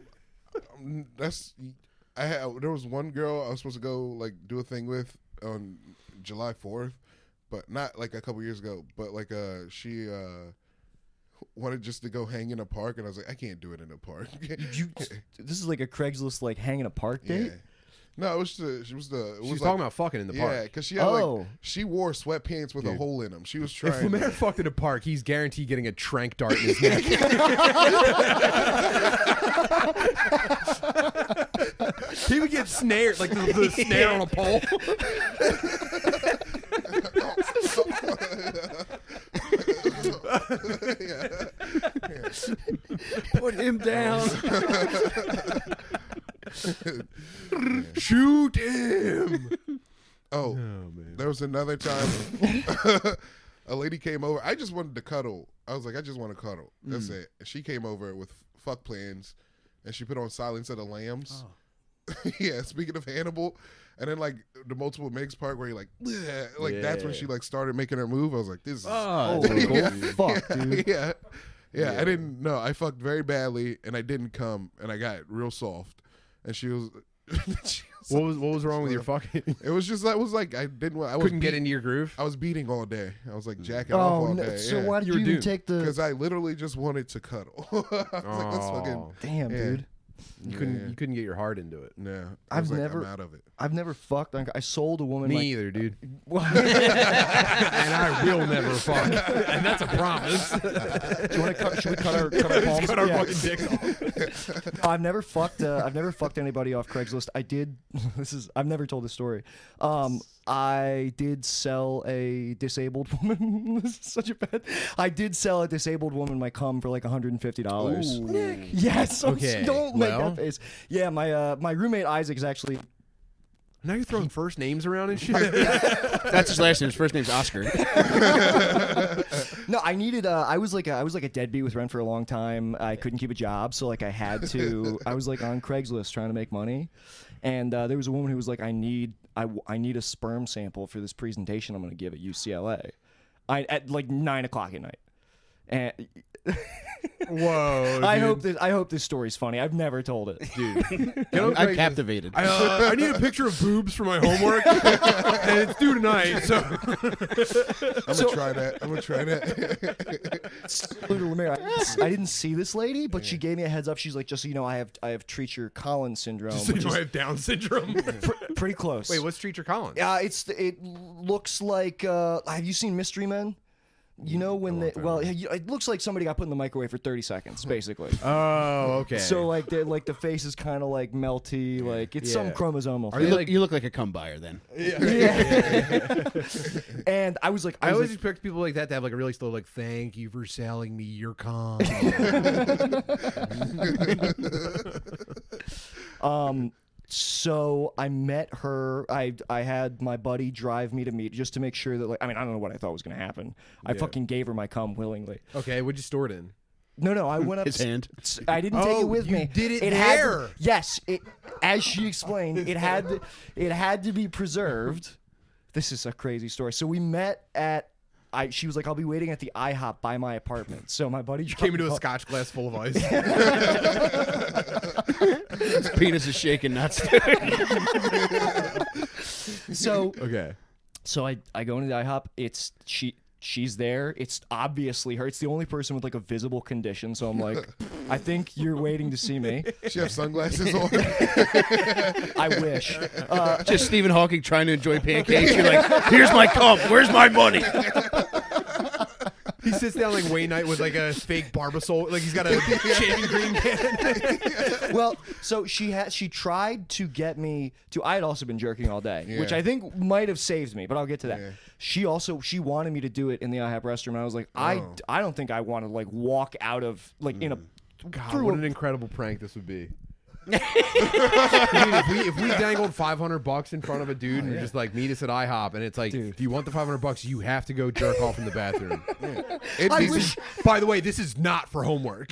Speaker 4: I'm- That's. I had, there was one girl I was supposed to go like do a thing with on July Fourth, but not like a couple years ago. But like uh, she uh wanted just to go hang in a park, and I was like, I can't do it in a park.
Speaker 1: You, this is like a Craigslist like hang in a park date.
Speaker 4: yeah. No, it was the. She was the. It was
Speaker 2: She's
Speaker 4: like,
Speaker 2: talking about fucking in the
Speaker 4: Yeah,
Speaker 2: park.
Speaker 4: because she had
Speaker 1: Oh.
Speaker 4: like she wore sweatpants with a hole in them. She was
Speaker 2: If
Speaker 4: trying.
Speaker 2: Lemaire
Speaker 4: to-
Speaker 2: fucked in a park, he's guaranteed getting a trank dart in his neck. he would get snared, like the, the snare on a pole.
Speaker 3: Put him down.
Speaker 2: Shoot him!
Speaker 4: oh, there was another time a lady came over. I just wanted to cuddle. I was like, I just want to cuddle. That's
Speaker 1: Mm.
Speaker 4: it. And she came over with fuck plans, and she put on Silence of the Lambs.
Speaker 1: Oh.
Speaker 4: yeah, speaking of Hannibal, and then like the multiple Megs part where you're like, "Bleh," like that's when she like started making her move. I was like, this is
Speaker 1: Oh, fuck, dude.
Speaker 4: yeah. Yeah, I didn't know. I fucked very badly, and I didn't come, and I got real soft. And she was, she was
Speaker 2: What was what was wrong with your fucking?
Speaker 4: it was just that was like I didn't. wa- I was
Speaker 2: Couldn't get
Speaker 4: beat-
Speaker 2: into your groove.
Speaker 4: I was beating all day. I was like jacking off
Speaker 1: Oh,
Speaker 4: all
Speaker 1: no,
Speaker 4: day.
Speaker 1: so why did
Speaker 2: You
Speaker 1: you,
Speaker 2: were
Speaker 1: even
Speaker 2: doomed.
Speaker 1: take
Speaker 4: Because
Speaker 1: the?
Speaker 4: I literally just wanted to cuddle. I was like, let's fucking.
Speaker 1: Damn,
Speaker 4: Yeah.
Speaker 1: dude.
Speaker 2: You couldn't
Speaker 4: Yeah.
Speaker 2: you couldn't get your heart into it.
Speaker 4: No, I
Speaker 1: I've
Speaker 4: was like,
Speaker 1: never-
Speaker 4: I'm out of it.
Speaker 1: I've never fucked. on- I sold a woman.
Speaker 2: Me
Speaker 1: like,
Speaker 2: either, dude.
Speaker 1: Well,
Speaker 2: and I will never fuck. and that's a promise.
Speaker 1: do you want to cut? Should we cut our cut our palms?
Speaker 2: Cut our
Speaker 1: Yeah.
Speaker 2: fucking dicks off.
Speaker 1: No, I've never fucked. Uh, I've never fucked anybody off Craigslist. I did. This is. I've never told this story. Um, I did sell a disabled woman. this is such a bad. I did sell a disabled woman my cum for like one hundred and fifty dollars. Yes. I'm s-
Speaker 2: Okay,
Speaker 1: Don't make
Speaker 2: well.
Speaker 1: that face. Yeah. My uh, my roommate Isaac is actually.
Speaker 2: Now you're throwing first names around and shit.
Speaker 3: That's his last name. His first name's Oscar.
Speaker 1: No, I needed. Uh, I was like. A, I was like a deadbeat with rent for a long time. I couldn't keep a job, so like I had to. I was like on Craigslist trying to make money, and uh, there was a woman who was like, "I need. I, w- I need a sperm sample for this presentation I'm going to give at UCLA, I at like nine o'clock at night." And
Speaker 2: Whoa.
Speaker 1: I
Speaker 2: Oh, dude.
Speaker 1: hope this. I hope this story's funny. I've never told it.
Speaker 2: Get on
Speaker 3: I'm
Speaker 2: Craigslist.
Speaker 3: captivated.
Speaker 2: I, uh, I need a picture of boobs for my homework, and it's due tonight. So
Speaker 4: I'm gonna try that. I'm gonna try that.
Speaker 1: Lou to Lemire, I, didn't see- I didn't see this lady, but she gave me a heads up. She's like, "Just so you know, I have I have Treacher Collins syndrome, which
Speaker 2: do I
Speaker 1: is
Speaker 2: have Down syndrome?
Speaker 1: pr- pretty close."
Speaker 2: Wait, what's Treacher Collins?
Speaker 1: Yeah, Uh, it's the- it looks like. Uh, have you seen Mystery Men?
Speaker 2: Mm,
Speaker 1: You know when they well, you- it looks like somebody got put in the microwave for thirty seconds, basically.
Speaker 2: Oh, okay.
Speaker 1: so like, they like the face is kind of like melty, like it's some
Speaker 2: Yeah.
Speaker 1: chromosomal.
Speaker 2: Are
Speaker 1: thing.
Speaker 3: you, look,
Speaker 2: like-
Speaker 3: you look like a cum buyer then.
Speaker 1: And I was like, I,
Speaker 2: I
Speaker 1: was
Speaker 2: always
Speaker 1: like,
Speaker 2: expect people like that to have like a really slow like, "Thank you for selling me your con."
Speaker 1: um. So I met her. I I had my buddy drive me to meet just to make sure that like I mean I don't know what I thought was gonna happen. I fucking gave her my cum willingly.
Speaker 2: okay, what'd you store it in?
Speaker 1: No, no, I went up.
Speaker 3: His hand.
Speaker 1: S- I didn't take
Speaker 2: Oh,
Speaker 1: it with
Speaker 2: you
Speaker 1: me.
Speaker 2: did it
Speaker 1: had to-
Speaker 2: there.
Speaker 1: yes, it, as she explained, it had to, it had to be preserved. This is a crazy story. So we met at. I, she was like, "I'll be waiting at the IHOP by my apartment." So my buddy dropped
Speaker 2: Came into
Speaker 1: me
Speaker 2: a
Speaker 1: off-
Speaker 2: Scotch glass full of ice.
Speaker 3: His penis is shaking. Not still.
Speaker 1: So,
Speaker 2: okay.
Speaker 1: so I, I go into the IHOP. It's she, she's there. It's obviously her. It's the only person with like a visible condition. So I'm like, I think you're waiting to see me.
Speaker 4: she have sunglasses on.
Speaker 1: I wish. Uh,
Speaker 3: Just Stephen Hawking trying to enjoy pancakes. You're like, here's my cum. Where's my money?
Speaker 2: He sits down like Wayne Knight with like a fake barbasol. Like he's got a shaving cream can.
Speaker 1: well, so she had she tried to get me to. I had also been jerking all day, which
Speaker 4: Yeah.
Speaker 1: I think might have saved me, but I'll get to that.
Speaker 4: Yeah.
Speaker 1: She also she wanted me to do it in the IHOP restroom, and I was like, I
Speaker 2: Oh.
Speaker 1: I don't think I want to like walk out of like in a.
Speaker 2: God,
Speaker 1: through
Speaker 2: what
Speaker 1: a-
Speaker 2: an incredible prank this would be. I mean, if, we, if we dangled 500 bucks in front of a dude
Speaker 1: Oh,
Speaker 2: and just like meet us at IHOP and it's like, if you want the 500 bucks, you have to go jerk off in the bathroom.
Speaker 4: It'd
Speaker 1: I
Speaker 4: be
Speaker 1: wish-
Speaker 2: By the way, this is not for homework.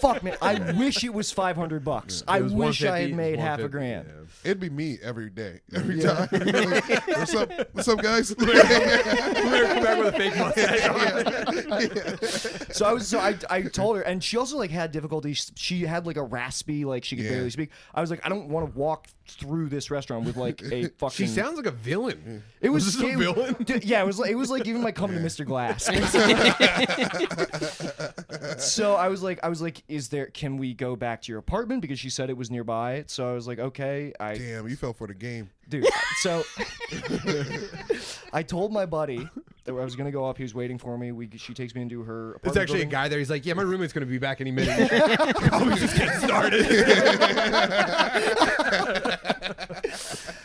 Speaker 1: Fuck man, I wish it was five hundred bucks. I
Speaker 2: It was
Speaker 1: wish I had
Speaker 2: 150,
Speaker 1: made half a grand.
Speaker 2: 150, yeah.
Speaker 4: It'd be me every day, every time. what's up? What's up, guys?
Speaker 2: Come back with a fake mustache.
Speaker 1: So I was so I, I told her, and she also like had difficulty. She- She had like a raspy, like she could
Speaker 4: Yeah.
Speaker 1: barely speak. I was like, I don't want to walk through this restaurant with like a fucking.
Speaker 2: She sounds like a villain.
Speaker 1: It was,
Speaker 2: this a
Speaker 1: it-
Speaker 2: villain?
Speaker 1: d- yeah, it was. like- It was like even like coming to Mr. Glass. so I was like, I was like, is there? Can we go back to your apartment because she said it was nearby? So I was like, okay, I
Speaker 4: Damn, you fell for the game.
Speaker 1: dude. So I told my buddy that I was gonna go up. He was waiting for me. We she takes me into her. Apartment
Speaker 2: There's actually a
Speaker 1: building.
Speaker 2: guy there. He's like, yeah, my roommate's going to be back any minute. I was just getting started.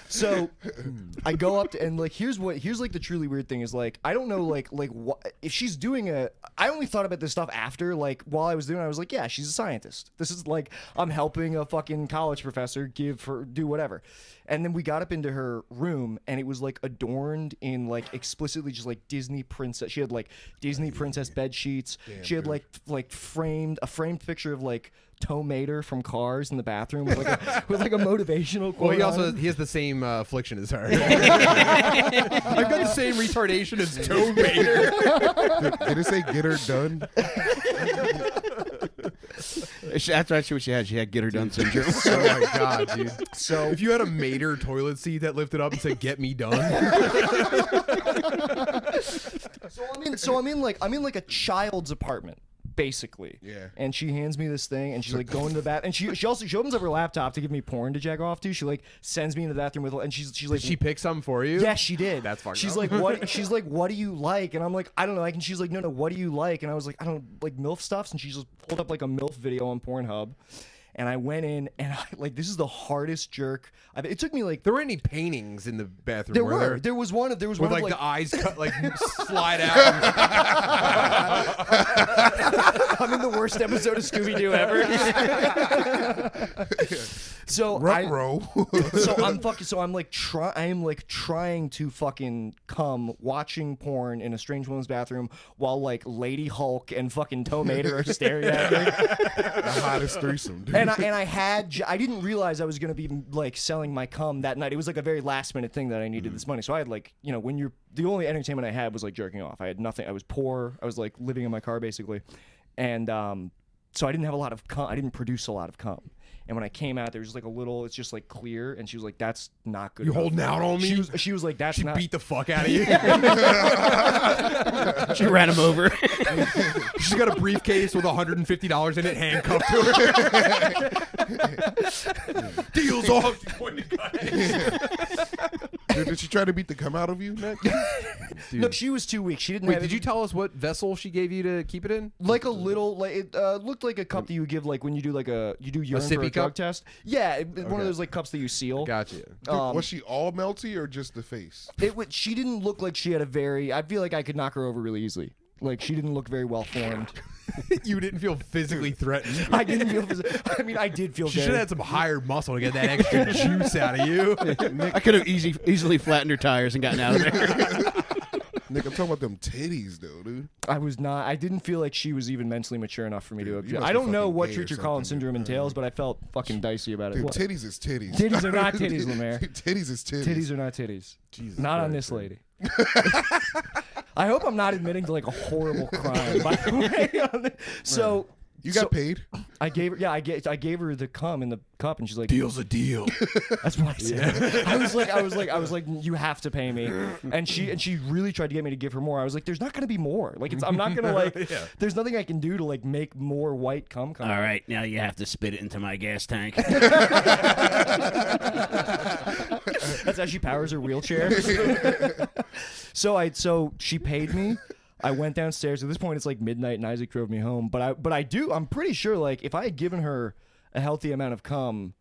Speaker 1: So I go up to and like here's what here's like the truly weird thing is like I don't know like like what if she's doing a I only thought about this stuff after like while I was doing it, I was like yeah she's a scientist this is like I'm helping a fucking college professor give her do whatever and then we got up into her room and it was like adorned in like explicitly just like Disney princess she had like Disney princess bed sheets she had like f- like framed a framed picture of like Tomater from Cars in the bathroom with like a, with like a motivational quote
Speaker 2: Well, he
Speaker 1: on
Speaker 2: also
Speaker 1: it.
Speaker 2: he has the same uh, affliction as her. I've got the same retardation as Toe Raider.
Speaker 4: Did, did it say get her done?
Speaker 3: She- That's actually what she had. She had get her done syndrome.
Speaker 2: Oh my god, dude! So if you had a Mater toilet seat that lifted up and said "Get me done,"
Speaker 1: So I'm in, so I'm in like I'm in like a child's apartment basically.
Speaker 4: Yeah.
Speaker 1: And she hands me this thing, and she's like going to the bath, and she she also she opens up her laptop to give me porn to jack off to. She like sends me into the bathroom with, and she's she's like
Speaker 2: she picked some for you.
Speaker 1: Yes, she did.
Speaker 2: That's fucked
Speaker 1: She's
Speaker 2: up.
Speaker 1: like, what? She's like, what do you like? And I'm like, I don't know. Like, and she's like, no, no, what do you like? And I was like, I don't like milf stuffs. And she just pulled up like a milf video on Pornhub, and I went in, and I like, this is the hardest jerk. I, it took me like
Speaker 2: There were any paintings in the bathroom?
Speaker 1: there
Speaker 2: were
Speaker 1: were there was one there was
Speaker 2: with
Speaker 1: one
Speaker 2: like,
Speaker 1: of, like
Speaker 2: the eyes cut, like slide out.
Speaker 1: I'm in the worst episode of Scooby Doo ever. so I,
Speaker 4: Rut row.
Speaker 1: so I'm fucking. So I'm like try. I am like trying to fucking come watching porn in a strange woman's bathroom while like Lady Hulk and fucking Tomater are staring at me.
Speaker 4: the hottest threesome, dude.
Speaker 1: And I and I had j- I didn't realize I was gonna be like selling my cum that night. It was like a very last minute thing that I needed this money. So I had like you know when you're the only entertainment I had was like jerking off. I had nothing. I was poor. I was like living in my car basically, and um, so I didn't have a lot of cum. I didn't produce a lot of cum. And when I came out, there was like a little. It's just like clear, and she was like, "That's not good."
Speaker 2: You
Speaker 1: enough."
Speaker 2: holding out on me?
Speaker 1: She was, she was like, "That's
Speaker 2: She
Speaker 1: not."
Speaker 2: beat the fuck out of you.
Speaker 3: she ran him over.
Speaker 2: She's got a briefcase with 150 dollars in it, handcuffed to her. Deals off. She's pointing the gun at you.
Speaker 4: Dude, did she try to beat the come out of you? Nick?
Speaker 1: no, she was too weak. She didn't.
Speaker 2: Wait,
Speaker 1: have
Speaker 2: did
Speaker 1: it-
Speaker 2: you tell us what vessel she gave you to keep it in?
Speaker 1: like a little like it uh, looked like a cup that you give like when you do like a you do urine for
Speaker 2: sippy
Speaker 1: a drug
Speaker 2: cup?
Speaker 1: test? Yeah, it- one of those like cups that you seal.
Speaker 2: Gotcha.
Speaker 4: Dude,
Speaker 1: Um,
Speaker 4: was she all melty or just the face?
Speaker 1: It would. She didn't look like she had a very. I feel like I could knock her over really easily. Like she didn't look very well formed.
Speaker 2: you didn't feel physically threatened.
Speaker 1: I didn't feel. phys- I mean, I did feel.
Speaker 2: She
Speaker 1: very-
Speaker 2: should have had some hired muscle to get that extra juice out of you.
Speaker 3: I could have easy, easily flattened her tires and gotten out of there.
Speaker 4: Nick, I'm talking about them titties, though, dude.
Speaker 1: I was not. I didn't feel like she was even mentally mature enough for me to
Speaker 4: Dude, you
Speaker 1: object.
Speaker 4: must
Speaker 1: I
Speaker 4: be
Speaker 1: don't know
Speaker 4: fucking
Speaker 1: what
Speaker 4: gay or
Speaker 1: Treacher Collins
Speaker 4: something, dude.
Speaker 1: syndrome entails, but I felt fucking dicey about it.
Speaker 4: Dude,
Speaker 1: What?
Speaker 4: titties is titties.
Speaker 1: Titties are not titties, Lemaire.
Speaker 4: Dude, titties is titties.
Speaker 1: Titties are not titties. not on this lady. I hope I'm not admitting to like a horrible crime. By the way, on the- so
Speaker 4: you got
Speaker 1: so
Speaker 4: paid.
Speaker 1: I gave her, yeah, I gave, I gave her the cum in the cup, and she's like,
Speaker 2: Deal's a deal.
Speaker 1: "That's what I said." I was like, I was like, I was like, "You have to pay me," and she and she really tried to get me to give her more. I was like, "There's not gonna be more. Like, it's I'm not gonna like. There's nothing I can do to like make more white cum come."
Speaker 3: All right, now you have to spit it into my gas tank.
Speaker 1: That's how she powers her wheelchair. so I so she paid me. I went downstairs. At this point, it's like midnight, and Isaac drove me home. But I, but I do. I'm pretty sure, like, if I had given her a healthy amount of cum,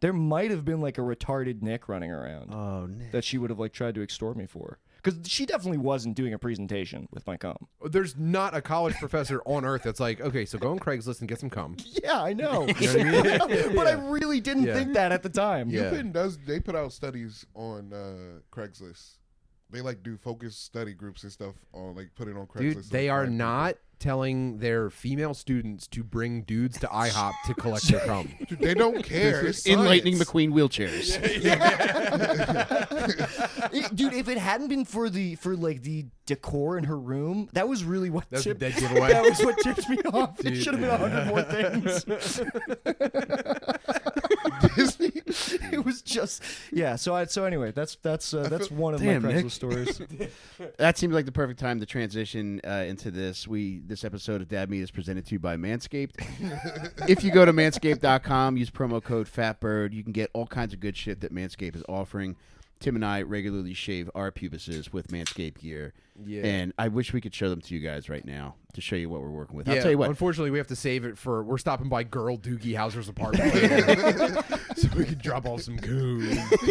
Speaker 1: there might have been like a retarded Nick running around
Speaker 3: Oh, Nick.
Speaker 1: that she would have like tried to extort me for. Because she definitely wasn't doing a presentation with my cum.
Speaker 2: There's not a college professor on earth that's like, okay, so go on Craigslist and get some cum.
Speaker 1: Yeah, I know. but I really didn't
Speaker 2: Yeah.
Speaker 1: think that at the time.
Speaker 2: Yeah.
Speaker 4: UPenn does. They put out studies on uh, Craigslist. They like do focus study groups and stuff on like put it on Craigslist.
Speaker 2: Dude, they
Speaker 4: like,
Speaker 2: are
Speaker 4: black
Speaker 2: not telling their female students to bring dudes to IHOP to collect their cum.
Speaker 4: people. Dude, they don't care. It's
Speaker 3: In Lightning
Speaker 4: science.
Speaker 3: McQueen wheelchairs.
Speaker 1: It- dude, if it hadn't been for the for like the decor in her room, that was really what
Speaker 2: That's a
Speaker 1: tipped,
Speaker 2: dead giveaway.
Speaker 1: that was what tipped me off. it
Speaker 2: Dude,
Speaker 1: should have been a hundred more things. it was just yeah. So I so anyway, that's that's uh, that's one of
Speaker 3: Damn,
Speaker 1: my
Speaker 3: Nick.
Speaker 1: Craigslist stories.
Speaker 3: That seems like the perfect time to transition uh, into this. We this episode of Dad Meat is presented to you by Manscaped. if you go to manscaped.com, use promo code FATBIRD, you can get all kinds of good shit that Manscaped is offering. Tim and I regularly shave our pubises with Manscaped gear.
Speaker 2: Yeah.
Speaker 3: And I wish we could show them to you guys right now to show you what we're working with. I'll
Speaker 2: Yeah,
Speaker 3: tell you what.
Speaker 2: Unfortunately, we have to save it for. We're stopping by Girl Doogie Hauser's apartment, later. so we can drop off some goo.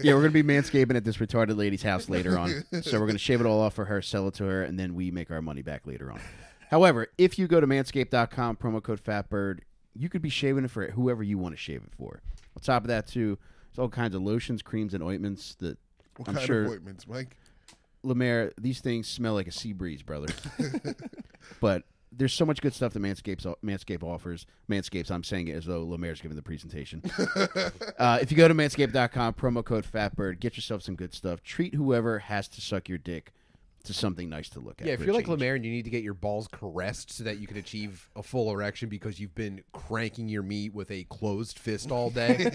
Speaker 3: yeah, we're gonna be manscaping at this retarded lady's house later on. so we're gonna shave it all off for her, sell it to her, and then we make our money back later on. However, if you go to manscaped.com, promo code fatbird, you could be shaving it for whoever you want to shave it for. On top of that, too, there's all kinds of lotions, creams, and ointments that
Speaker 4: What
Speaker 3: I'm
Speaker 4: kind
Speaker 3: sure
Speaker 4: of appointments, Mike?
Speaker 3: Lemaire, these things smell like a sea breeze, brother. but there's so much good stuff that Manscapes Manscaped offers. Manscapes, I'm saying it as though Lemaire's giving the presentation. uh, if you go to manscaped.com, promo code FATBIRD, get yourself some good stuff. Treat whoever has to suck your dick to something nice to look at.
Speaker 2: Yeah, if
Speaker 3: for a
Speaker 2: you're like
Speaker 3: change.
Speaker 2: Lemaire and you need to get your balls caressed so that you can achieve a full erection because you've been cranking your meat with a closed fist all day,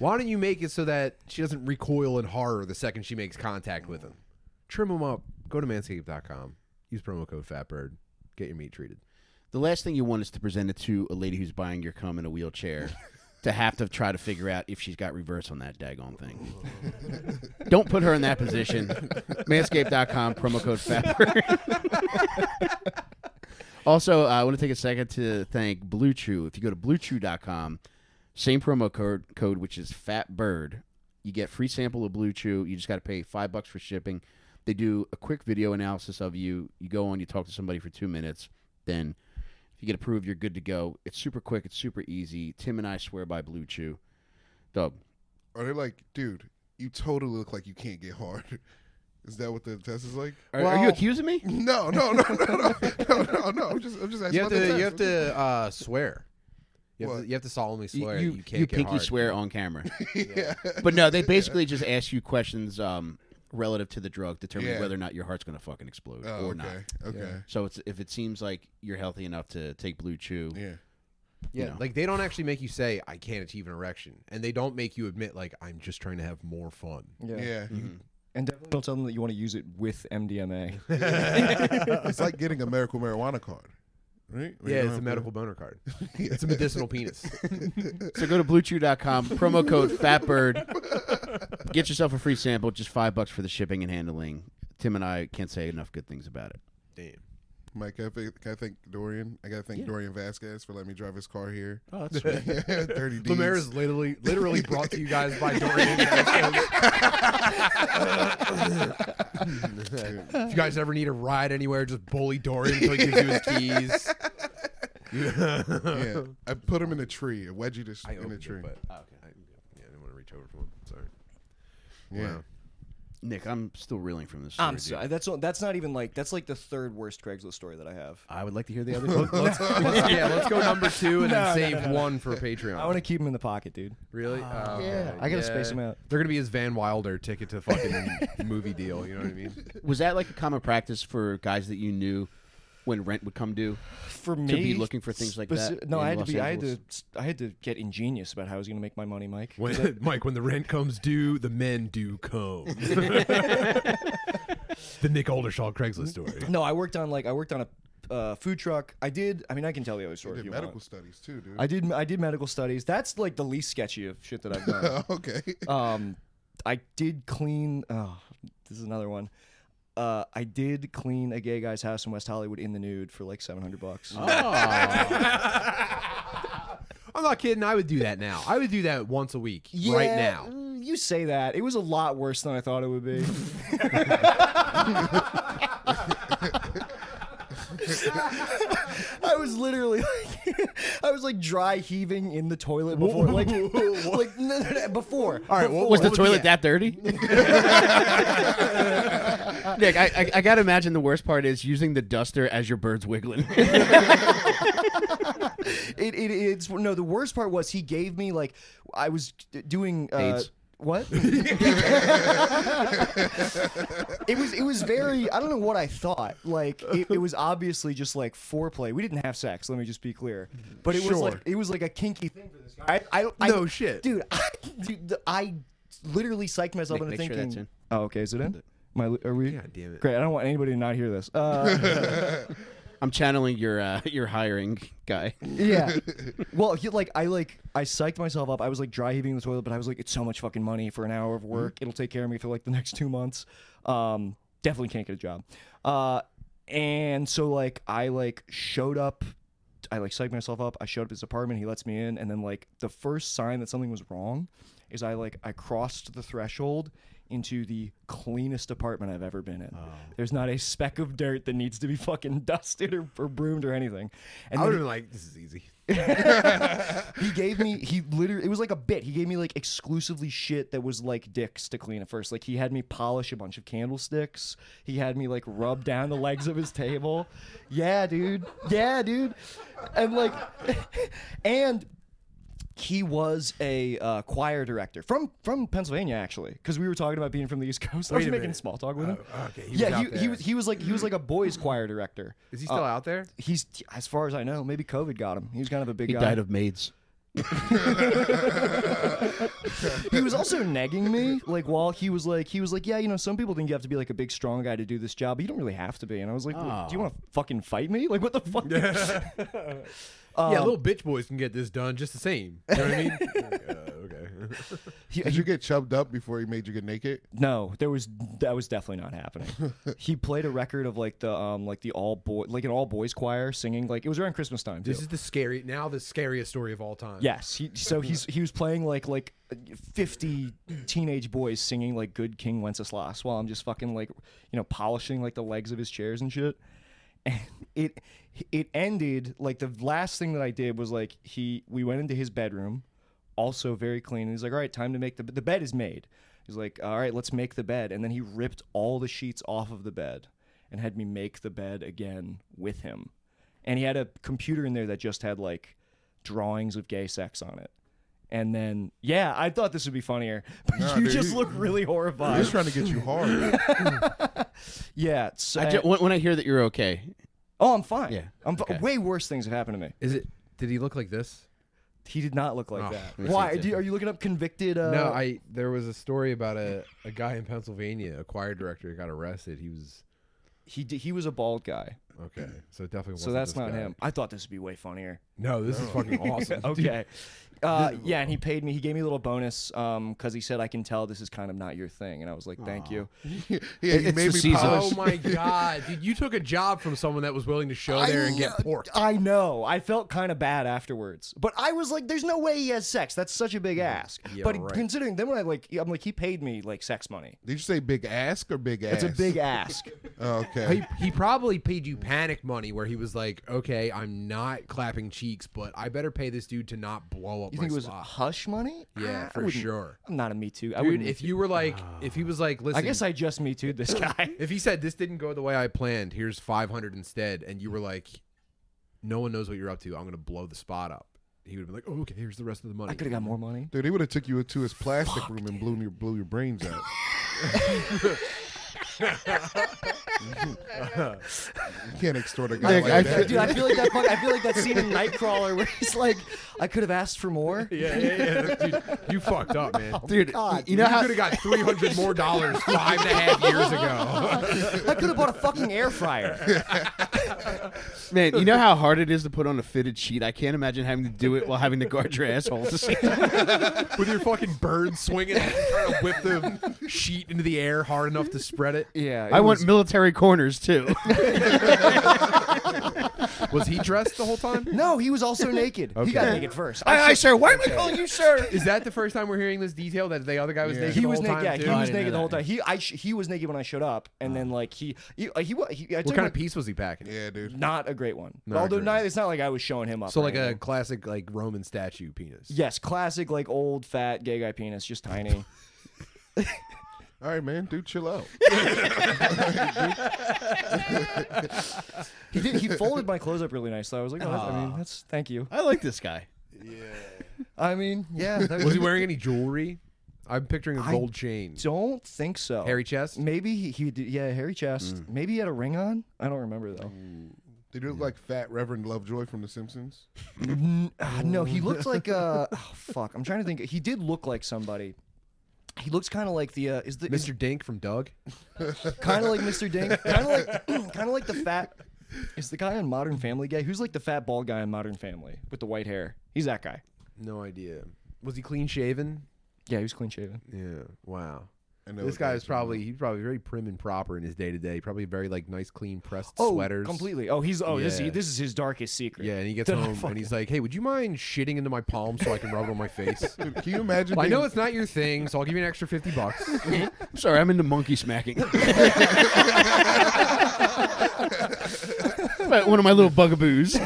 Speaker 2: why don't you make it so that she doesn't recoil in horror the second she makes contact with him? Trim them up. Go to manscaped.com. Use promo code FATBIRD. Get your meat treated.
Speaker 3: the last thing you want is to present it to a lady who's buying your cum in a wheelchair to have to try to figure out if she's got reverse on that daggone thing. Don't put her in that position. Manscaped.com, promo code FATBIRD. also, uh, I want to take a second to thank Blue Chew. If you go to bluechew.com, same promo code, code which is FATBIRD, you get free sample of Blue Chew. You just got to pay five bucks for shipping. They do a quick video analysis of you. You go on, you talk to somebody for two minutes, then if you get approved, you're good to go. It's super quick. It's super easy. Tim and I swear by Blue Chew. Doug,
Speaker 4: Are they like, dude? You totally look like you can't get hard. Is that what the test is like?
Speaker 3: are, are you
Speaker 2: Well-
Speaker 3: accusing me?
Speaker 4: No, no, no, no, no, no, no, no. I'm just, I'm just asking.
Speaker 2: You have
Speaker 4: about the
Speaker 2: to,
Speaker 4: test.
Speaker 2: you have to uh, swear. You have
Speaker 4: What?
Speaker 2: to, you have to solemnly
Speaker 3: You,
Speaker 2: swear.
Speaker 3: you-
Speaker 2: You, can't
Speaker 3: you
Speaker 2: get
Speaker 3: pinky
Speaker 2: hard.
Speaker 3: swear on camera.
Speaker 4: yeah.
Speaker 3: but no, they basically just ask you questions um, relative to the drug, determining
Speaker 4: Yeah.
Speaker 3: whether or not your heart's going to fucking explode
Speaker 4: Oh,
Speaker 3: or
Speaker 4: okay.
Speaker 3: not.
Speaker 4: Okay.
Speaker 3: So it's if it seems like you're healthy enough to take Blue Chew,
Speaker 4: Yeah.
Speaker 2: Yeah,
Speaker 3: know.
Speaker 2: like they don't actually make you say I can't achieve an erection, and they don't make you admit like I'm just trying to have more fun.
Speaker 1: Yeah.
Speaker 4: Yeah.
Speaker 1: and definitely don't tell them that you want to use it with MDMA.
Speaker 4: It's like getting a medical marijuana card, right? Where you
Speaker 2: yeah,
Speaker 4: don't
Speaker 2: it's a
Speaker 4: have to-
Speaker 2: medical boner card. It's a medicinal penis.
Speaker 3: So go to bluechew.com, promo code fatbird. Get yourself a free sample, just five bucks for the shipping and handling. Tim and I can't say enough good things about it.
Speaker 2: Damn.
Speaker 4: Mike, can I, thank, can I thank Dorian? I gotta thank Dorian Vasquez for letting me drive his car here.
Speaker 3: Oh, that's sweet.
Speaker 4: Thirty D's.
Speaker 2: Lemaire is literally literally brought to you guys by Dorian. if you guys ever need a ride anywhere, just bully Dorian until he gives you his keys.
Speaker 4: yeah, I put him in a tree. I wedged this
Speaker 2: I
Speaker 4: in
Speaker 2: opened
Speaker 4: a tree.
Speaker 2: it, but Ah, okay. I, yeah, I didn't want to reach over for him. Sorry.
Speaker 4: yeah,
Speaker 2: Wow.
Speaker 3: Nick, I'm still reeling from this.
Speaker 1: I'm
Speaker 3: story,
Speaker 1: sorry. That's all- that's not even like that's like the third worst Craigslist story that I have.
Speaker 3: dude. I would like to hear the other one.
Speaker 2: Let's, let's- yeah, let's go number two and then save one for Patreon.
Speaker 1: I want to keep them in the pocket, dude.
Speaker 2: Really? Oh,
Speaker 1: yeah.
Speaker 2: okay.
Speaker 1: I gotta space 'em out.
Speaker 2: They're gonna be his Van Wilder ticket to the fucking movie deal. You know what I mean?
Speaker 3: Was that like a common practice for guys that you knew when rent would come due?
Speaker 1: For me,
Speaker 3: be looking for things like that
Speaker 1: No,
Speaker 3: in
Speaker 1: I had
Speaker 3: Los
Speaker 1: to be. I
Speaker 3: Angeles?
Speaker 1: had to. I had to get ingenious about how I was gonna make my money, Mike.
Speaker 2: When, Mike, when the rent comes due, the men do come. the Nick Aldershaw Craigslist story.
Speaker 1: No, I worked on like I worked on a uh, food truck. I did. I mean, I can tell the other story.
Speaker 4: did
Speaker 1: If you
Speaker 4: medical
Speaker 1: want.
Speaker 4: studies too, dude.
Speaker 1: I did. I did medical studies. That's like the least sketchy of shit that I've done.
Speaker 4: okay.
Speaker 1: um, I did clean. Oh, this is another one. uh, I did clean a gay guy's house in West Hollywood in the nude for like 700 bucks.
Speaker 3: Oh.
Speaker 2: I'm not kidding. I would do that now. I would do that once a week right now.
Speaker 1: mm, You say that. It was a lot worse than I thought it would be. I was literally like, I was like dry heaving in the toilet before, like, like no, no, no, before. All right,
Speaker 3: was the toilet that dirty? Nick, I, I, I gotta imagine the worst part is using the duster as your bird's wiggling.
Speaker 1: It, it, it's no. The worst part was he gave me like I was d- doing uh,
Speaker 3: AIDS.
Speaker 1: what? it was it was very I don't know what I thought. Like it, it was obviously just like foreplay. We didn't have sex. Let me just be clear. But it was like
Speaker 2: Sure.
Speaker 1: it was like a kinky thing for this guy. I, I, I
Speaker 2: No shit.
Speaker 1: dude. I, dude, the- I literally psyched myself
Speaker 3: Nick,
Speaker 1: into
Speaker 3: make sure
Speaker 1: thinking.
Speaker 3: that's in.
Speaker 1: Oh, okay. Is it in? My, are we?
Speaker 2: God damn it.
Speaker 1: Great. I don't want anybody to not hear this. Uh,
Speaker 3: I'm channeling your uh, your hiring guy.
Speaker 1: Yeah. well, he, like I like I psyched myself up. I was like dry heaving in the toilet, but I was like, it's so much fucking money for an hour of work.
Speaker 2: Mm-hmm.
Speaker 1: It'll take care of me for like the next two months. Um, definitely can't get a job. Uh, and so like I like showed up. I like psyched myself up. I showed up at his apartment. He lets me in, and then like the first sign that something was wrong is I like I crossed the threshold into the cleanest apartment I've ever been in.
Speaker 2: Oh.
Speaker 1: There's not a speck of dirt that needs to be fucking dusted or, or broomed or anything. And
Speaker 2: I
Speaker 1: then
Speaker 2: would have been like, this is easy.
Speaker 1: he gave me he literally it was like a bit. He gave me like exclusively shit that was like dicks to clean at first. Like he had me polish a bunch of candlesticks. He had me like rub down the legs of his table. Yeah, dude. Yeah, dude. And like and he was a uh, choir director from from Pennsylvania actually because we were talking about being from the East Coast. I was
Speaker 2: Wait a
Speaker 1: making
Speaker 2: minute.
Speaker 1: small talk with him.
Speaker 2: Oh, okay, he was
Speaker 1: yeah, he,
Speaker 2: out
Speaker 1: he
Speaker 2: there.
Speaker 1: was he was like he was like a boys choir director. Uh,
Speaker 2: Is he still out there?
Speaker 1: He's as far as I know, maybe COVID got him. He was kind of a big
Speaker 3: He
Speaker 1: guy.
Speaker 3: died of maids.
Speaker 1: he was also nagging me like while he was like he was like yeah you know some people think you have to be like a big strong guy to do this job but you don't really have to be and i was like well, do you
Speaker 2: Oh.
Speaker 1: want to fucking fight me like what the fuck uh, Um,
Speaker 2: yeah, little bitch boys can get this done just the same. You know what I mean? Like, uh, okay.
Speaker 1: He-
Speaker 4: Did
Speaker 1: he-
Speaker 4: you get chubbed up before he made you get naked?
Speaker 1: no there was that was definitely not happening he played a record of like the um like the all boy like an all boys choir singing like it was around christmas time too.
Speaker 2: This is the scary now the scariest story of all time.
Speaker 1: Yes, he, so he's he was playing like like fifty teenage boys singing like "Good King Wenceslas" while I'm just fucking like you know polishing like the legs of his chairs and shit. And it it ended like the last thing that I did was like he we went into his bedroom, also very clean. And he's like, "All right, time to make the the bed is made." He's like, "All right, let's make the bed." And then he ripped all the sheets off of the bed and had me make the bed again with him. And he had a computer in there that just had like drawings of gay sex on it. And then, yeah, I thought this would be funnier, but you
Speaker 4: dude,
Speaker 1: just
Speaker 4: you-
Speaker 1: look really horrified.
Speaker 4: He's trying to get you hard.
Speaker 1: Yeah. So,
Speaker 3: I ju- when, when I hear that you're okay,
Speaker 1: oh, I'm fine.
Speaker 3: Yeah,
Speaker 1: I'm fi-
Speaker 3: okay.
Speaker 1: way worse things have happened to me.
Speaker 2: Is it did he look like this?
Speaker 1: He did not look like
Speaker 2: Oh,
Speaker 1: that.
Speaker 3: makes
Speaker 1: Why?
Speaker 3: sense,
Speaker 1: Do,
Speaker 3: yeah.
Speaker 1: are you looking up convicted? Uh,
Speaker 2: No, I there was a story about a, a guy in Pennsylvania, a choir director, got arrested. He was
Speaker 1: He d- he was a bald guy,
Speaker 2: okay, Mm-hmm. so it definitely.
Speaker 1: so
Speaker 2: wasn't
Speaker 1: that's
Speaker 2: this
Speaker 1: not
Speaker 2: guy.
Speaker 1: him. I thought this would be way funnier.
Speaker 2: No, this is fucking awesome.
Speaker 1: Okay. Uh, yeah, and he paid me. He gave me a little bonus because he said, "I can tell this is kind of not your thing," and I was like, "Thank you."
Speaker 4: yeah, he
Speaker 3: it's the
Speaker 4: made me
Speaker 3: season.
Speaker 2: Oh
Speaker 4: polish.
Speaker 2: my god, dude! You took a job from someone that was willing to show there and get porked.
Speaker 1: uh, I know. I felt kind of bad afterwards, but I was like, "There's no way he has sex. That's such a big ask."
Speaker 2: Yeah,
Speaker 1: but
Speaker 2: right.
Speaker 1: considering then when I like, I'm like, he paid me like sex money.
Speaker 4: Did you say big ass or big ass?
Speaker 1: It's a big ask.
Speaker 4: Oh,
Speaker 2: He,
Speaker 4: okay.
Speaker 2: he probably paid you panic money where he was like, "Okay, I'm not clapping cheeks, but I better pay this dude to not blow up
Speaker 1: You
Speaker 2: my
Speaker 1: think it was
Speaker 2: spot."
Speaker 1: hush money?
Speaker 2: Yeah,
Speaker 1: Ah, I
Speaker 2: for
Speaker 1: wouldn't-
Speaker 2: sure.
Speaker 1: I'm not a Me Too. I
Speaker 2: Dude,
Speaker 1: wouldn't.
Speaker 2: if
Speaker 1: If
Speaker 2: you were like, if he was like, "Listen,"
Speaker 1: I guess I just Me Too'd this guy.
Speaker 2: if he said this didn't go the way I planned, here's 500 instead, and you were like, "No one knows what you're up to. I'm gonna blow the spot up." He would have been like, "Oh, okay, here's the rest of the money."
Speaker 1: I could have got more money.
Speaker 4: Dude, he would have took you into his plastic room and blew your blew your brains out. You can't extort a guy
Speaker 1: I,
Speaker 4: like
Speaker 1: I,
Speaker 4: that.
Speaker 1: dude, I feel like that. Fuck, I feel like that scene in Nightcrawler where he's like, "I could have asked for more."
Speaker 2: Yeah, yeah, yeah. Dude, you fucked up, man.
Speaker 3: dude.
Speaker 1: God,
Speaker 3: you know
Speaker 2: you
Speaker 3: how
Speaker 2: could have got three hundred more dollars five and a half years ago.
Speaker 1: I could have bought a fucking air fryer.
Speaker 3: man, you know how hard it is to put on a fitted sheet. I can't imagine having to do it while having to guard your asshole. at the same time.
Speaker 2: with your fucking bird swinging and trying to whip the sheet into the air hard enough to spread it.
Speaker 1: Yeah,
Speaker 3: I want military corners too.
Speaker 2: Was he dressed the whole time?
Speaker 1: No, he was also naked. He got
Speaker 2: Okay.
Speaker 1: naked first.
Speaker 3: aye, sir. Why am I calling you sir?
Speaker 2: Is that the first time we're hearing this detail that the other guy was
Speaker 4: Yeah.
Speaker 2: naked?
Speaker 1: he
Speaker 2: the
Speaker 1: was
Speaker 2: whole
Speaker 1: naked.
Speaker 2: Time
Speaker 1: Yeah,
Speaker 2: too?
Speaker 1: he was naked the whole
Speaker 3: that.
Speaker 1: time. He, I, sh- he was naked when I showed up, and then like he, he, uh, he, wa- he I took
Speaker 2: What kind
Speaker 1: him-
Speaker 2: of piece was he packing?
Speaker 4: yeah, dude.
Speaker 1: Not a great one.
Speaker 2: Not a
Speaker 1: Although
Speaker 2: great
Speaker 1: neither,
Speaker 2: one.
Speaker 1: it's not like I was showing him up.
Speaker 2: So
Speaker 1: or
Speaker 2: like a
Speaker 1: anything.
Speaker 2: classic like Roman statue penis.
Speaker 1: yes, classic like old fat gay guy penis, just tiny.
Speaker 4: All right, man, dude, chill out.
Speaker 1: he did. He folded my clothes up really nice. So I was like, oh, that's- I mean, that's thank you.
Speaker 3: I like this guy.
Speaker 1: I mean, yeah. That
Speaker 2: Was he wearing any jewelry? I'm picturing a
Speaker 1: I
Speaker 2: gold chain.
Speaker 1: Don't think so.
Speaker 2: Hairy chest?
Speaker 1: Maybe he, he did, yeah, hairy chest. Maybe he had a ring on. I don't remember though.
Speaker 4: Did you look like fat Reverend Lovejoy from The Simpsons?
Speaker 1: N- ah, no, he looked like uh oh, fuck. I'm trying to think. He did look like somebody. He looks kind of like the uh, is the
Speaker 2: Mr. Dink from Doug.
Speaker 1: kind of like Mr. Ding, kind of like kind of like the fat is the guy on Modern Family guy who's like the fat bald guy on Modern Family with the white hair. He's that guy.
Speaker 2: No idea. Was he clean shaven?
Speaker 1: Yeah, he was clean shaven.
Speaker 2: Yeah. Wow.
Speaker 4: I know
Speaker 2: This
Speaker 4: what
Speaker 2: guy
Speaker 4: that
Speaker 2: is
Speaker 4: you
Speaker 2: probably he's probably very prim and proper in his day to day. Probably very like nice, clean pressed
Speaker 1: Oh,
Speaker 2: sweaters.
Speaker 1: completely. Oh, he's oh this
Speaker 2: Yeah.
Speaker 1: is, this is his darkest secret.
Speaker 2: Yeah, and he gets
Speaker 1: That I
Speaker 2: home and he's like, "Hey, would you mind shitting into my palm so I can rub it on my face?"
Speaker 4: mean. Dude, Can you imagine?
Speaker 2: Well, I
Speaker 4: being,
Speaker 2: know it's not your thing, so I'll give you an extra fifty bucks.
Speaker 3: I'm sorry, I'm into monkey smacking. But One of my little bugaboos.
Speaker 4: Can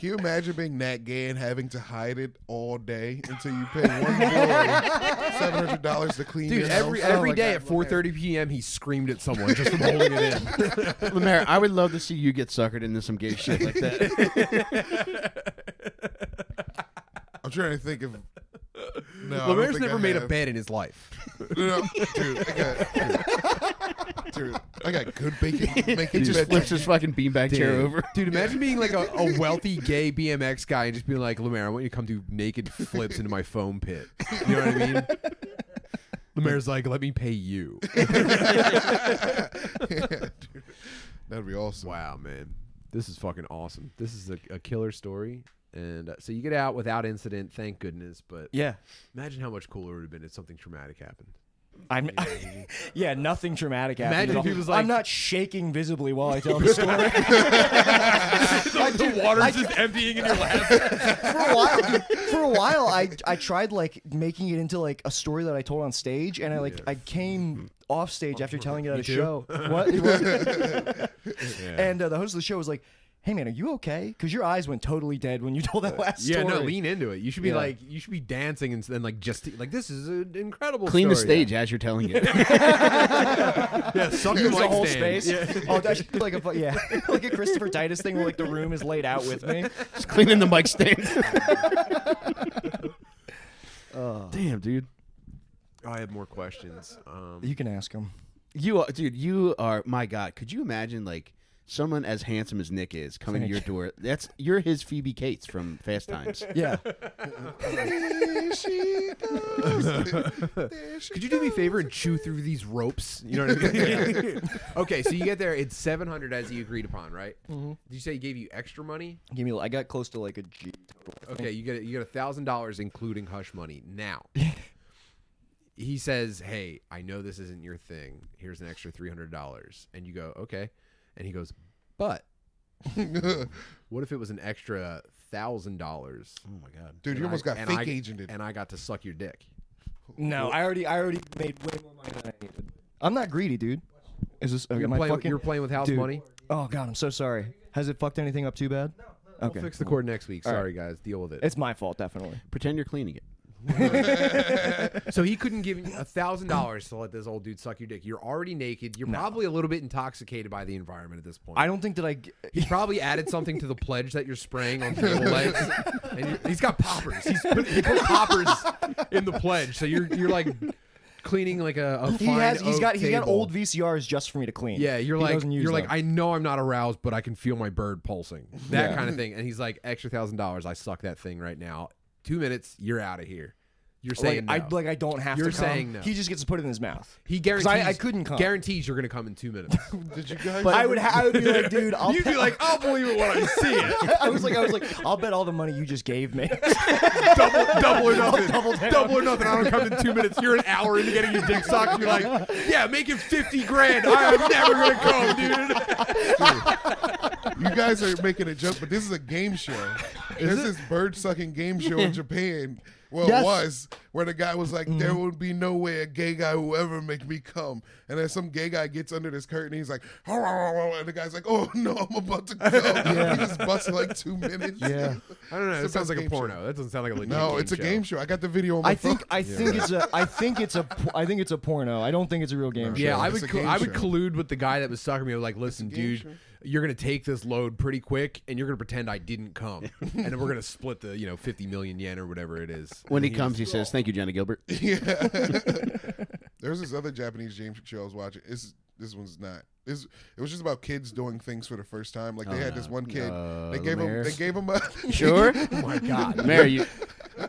Speaker 4: you imagine being Nat Gay and having to hide it all day until you pay one boy seven hundred dollars to clean
Speaker 2: Dude,
Speaker 4: your
Speaker 2: every
Speaker 4: house? Oh
Speaker 2: every day at four thirty p.m. he screamed at someone just from holding it in.
Speaker 3: Lemaire, I would love to see you get suckered into some gay shit like that.
Speaker 4: I'm trying to think of. No, I don't
Speaker 2: Lemaire's
Speaker 4: think I
Speaker 2: never made a
Speaker 4: have.
Speaker 2: bed in his life.
Speaker 4: No, dude, I got, dude, dude, I got good bacon.
Speaker 3: He
Speaker 4: Making
Speaker 3: just
Speaker 4: bed.
Speaker 3: flips his fucking beanbag chair over.
Speaker 2: Dude, imagine being like a, a wealthy gay BMX guy and just being like, Lemaire, I want you to come do naked flips into my foam pit. You know what I mean? Lemaire's like, let me pay you.
Speaker 4: Dude, That'd be awesome.
Speaker 2: Wow, man. This is fucking awesome. This is a, a killer story. And uh, so you get out without incident, thank goodness. But
Speaker 1: Yeah.
Speaker 2: imagine how much cooler it would have been if something traumatic happened.
Speaker 1: I'm Yeah, nothing traumatic happened.
Speaker 2: Imagine
Speaker 1: at
Speaker 2: if
Speaker 1: all.
Speaker 2: he was like-
Speaker 1: I'm not shaking visibly while I tell the story.
Speaker 2: the water's just emptying in your lap.
Speaker 1: for a while, dude, for a while, I I tried like making it into like a story that I told on stage, and I like I came off stage after telling it at a
Speaker 2: too?
Speaker 1: show. What? It was- And uh, the host of the show was like, "Hey man, are you okay? Because your eyes went totally dead when you told that last
Speaker 2: Yeah,
Speaker 1: story."
Speaker 2: no, lean into it. You should be
Speaker 1: Yeah.
Speaker 2: like, you should be dancing and then like just like this is an incredible.
Speaker 3: Clean the
Speaker 2: story.
Speaker 3: stage as you're telling it.
Speaker 2: Yeah, suck
Speaker 1: Use
Speaker 2: the
Speaker 1: the
Speaker 2: mic
Speaker 1: whole
Speaker 2: stand.
Speaker 1: space. Oh, that should be like a fu- yeah, like a Christopher Titus thing where like the room is laid out with me.
Speaker 3: Just cleaning the mic stand. Oh. Damn, dude.
Speaker 2: Oh, I have more questions. Um,
Speaker 1: You can ask him.
Speaker 3: You are, dude, you are, my God. Could you imagine, like, someone as handsome as Nick is coming to your door? That's, you're his Phoebe Cates from Fast Times.
Speaker 1: Yeah.
Speaker 4: There she goes. There she
Speaker 2: Could you do me a favor and chew through these ropes? You know what I mean? okay, so you get there. It's seven hundred as you agreed upon, right? Did you say he gave you extra money?
Speaker 1: Give me. I got close to like a G.
Speaker 2: Okay, you get you get a thousand dollars including hush money. Now, he says, "Hey, I know this isn't your thing. Here's an extra three hundred dollars." And you go, "Okay," and he goes, "But
Speaker 4: goes.
Speaker 2: what if it was an extra thousand dollars?"
Speaker 3: Oh, my God.
Speaker 4: Dude, you almost got
Speaker 2: and
Speaker 4: fake
Speaker 2: I-
Speaker 4: agented.
Speaker 2: and I got to suck your dick.
Speaker 1: No, I already I already made way more money than I needed. I'm not greedy, dude. Is this okay,
Speaker 2: You're,
Speaker 1: am I
Speaker 2: playing,
Speaker 1: fucking-
Speaker 2: you're playing with house
Speaker 1: Dude.
Speaker 2: money.
Speaker 1: Oh god, I'm so sorry. Has it fucked anything up too bad? No. okay.
Speaker 2: We'll fix the cord next week.
Speaker 1: All right.
Speaker 2: Sorry, guys. Deal with it.
Speaker 1: It's my fault, definitely.
Speaker 3: Pretend you're cleaning it.
Speaker 2: So he couldn't give you a thousand dollars to let this old dude suck your dick. You're already naked. You're probably a little bit intoxicated by the environment at this point.
Speaker 1: I don't think that I. g-
Speaker 2: He's probably added something to the pledge that you're spraying on your legs. And you- he's got poppers. He's put, he put poppers in the pledge. So you're you're like cleaning like a, a
Speaker 1: He
Speaker 2: fine
Speaker 1: has. He's
Speaker 2: oak
Speaker 1: got. He's got
Speaker 2: table.
Speaker 1: old VCRs just for me to clean.
Speaker 2: Yeah, you're
Speaker 1: He
Speaker 2: like
Speaker 1: doesn't use
Speaker 2: you're like
Speaker 1: them.
Speaker 2: I know I'm not aroused, but I can feel my bird pulsing. That kind of thing. And he's like, extra thousand dollars. I suck that thing right now. Two minutes, you're out of here. You're saying
Speaker 1: like,
Speaker 2: no.
Speaker 1: I like. I don't have
Speaker 2: You're
Speaker 1: to. come.
Speaker 2: saying no.
Speaker 1: He just gets to put it in his mouth.
Speaker 2: he
Speaker 1: 'cause
Speaker 2: guarantees
Speaker 1: I- I couldn't come.
Speaker 2: guarantees you're gonna come in two minutes.
Speaker 4: Did you guys?
Speaker 1: But I would. Ha- I would be like, dude. I'll
Speaker 2: You'd be
Speaker 1: bet-
Speaker 2: like, I'll believe it when I see it.
Speaker 1: I was like. I was like. I'll bet all the money you just gave me.
Speaker 2: Double, double or nothing.
Speaker 1: double down.
Speaker 2: or nothing. I don't come in two minutes. You're an hour into getting your dick sucked. You're like, yeah, make it fifty grand. I am never gonna come, dude.
Speaker 4: you guys are making a joke, but this is a game show. There's this bird sucking game show in Japan. Well,
Speaker 1: Yes.
Speaker 4: it was where the guy was like, "There would be no way a gay guy will ever make me come," and then some gay guy gets under this curtain. he's like, and the guy's like, "Oh no, I'm about to go." He just busts like two minutes. Yeah,
Speaker 2: I don't know. That
Speaker 4: It's the
Speaker 2: sounds
Speaker 4: best
Speaker 2: like a
Speaker 4: game show.
Speaker 2: porno. That doesn't sound like a legit.
Speaker 4: no, it's a
Speaker 2: show.
Speaker 4: game show. I got the video on my
Speaker 1: I think.
Speaker 4: phone.
Speaker 1: I think it's a. I think it's a. po- I think it's a porno. I don't think it's a real game.
Speaker 2: Yeah,
Speaker 1: show.
Speaker 2: I
Speaker 4: It's
Speaker 2: would
Speaker 4: a
Speaker 2: col-
Speaker 4: game
Speaker 2: I would
Speaker 4: show.
Speaker 2: collude with the guy that was sucking me. I was like, listen, dude, you're gonna take this load pretty quick, and you're gonna pretend I didn't come, and then we're gonna split the you know 50 million yen or whatever it is.
Speaker 3: When he comes, he says, "Thank you, Jenna Gilbert."
Speaker 4: Yeah. There's this other Japanese James show I was watching. It's this one's not. It's, it was just about kids doing things for the first time. Like they
Speaker 3: Oh,
Speaker 4: had
Speaker 3: no.
Speaker 4: this one kid.
Speaker 3: No,
Speaker 4: they
Speaker 3: the
Speaker 4: gave him.
Speaker 3: mayor.
Speaker 4: They gave him a.
Speaker 3: Sure,
Speaker 2: Oh my god,
Speaker 3: Mary, you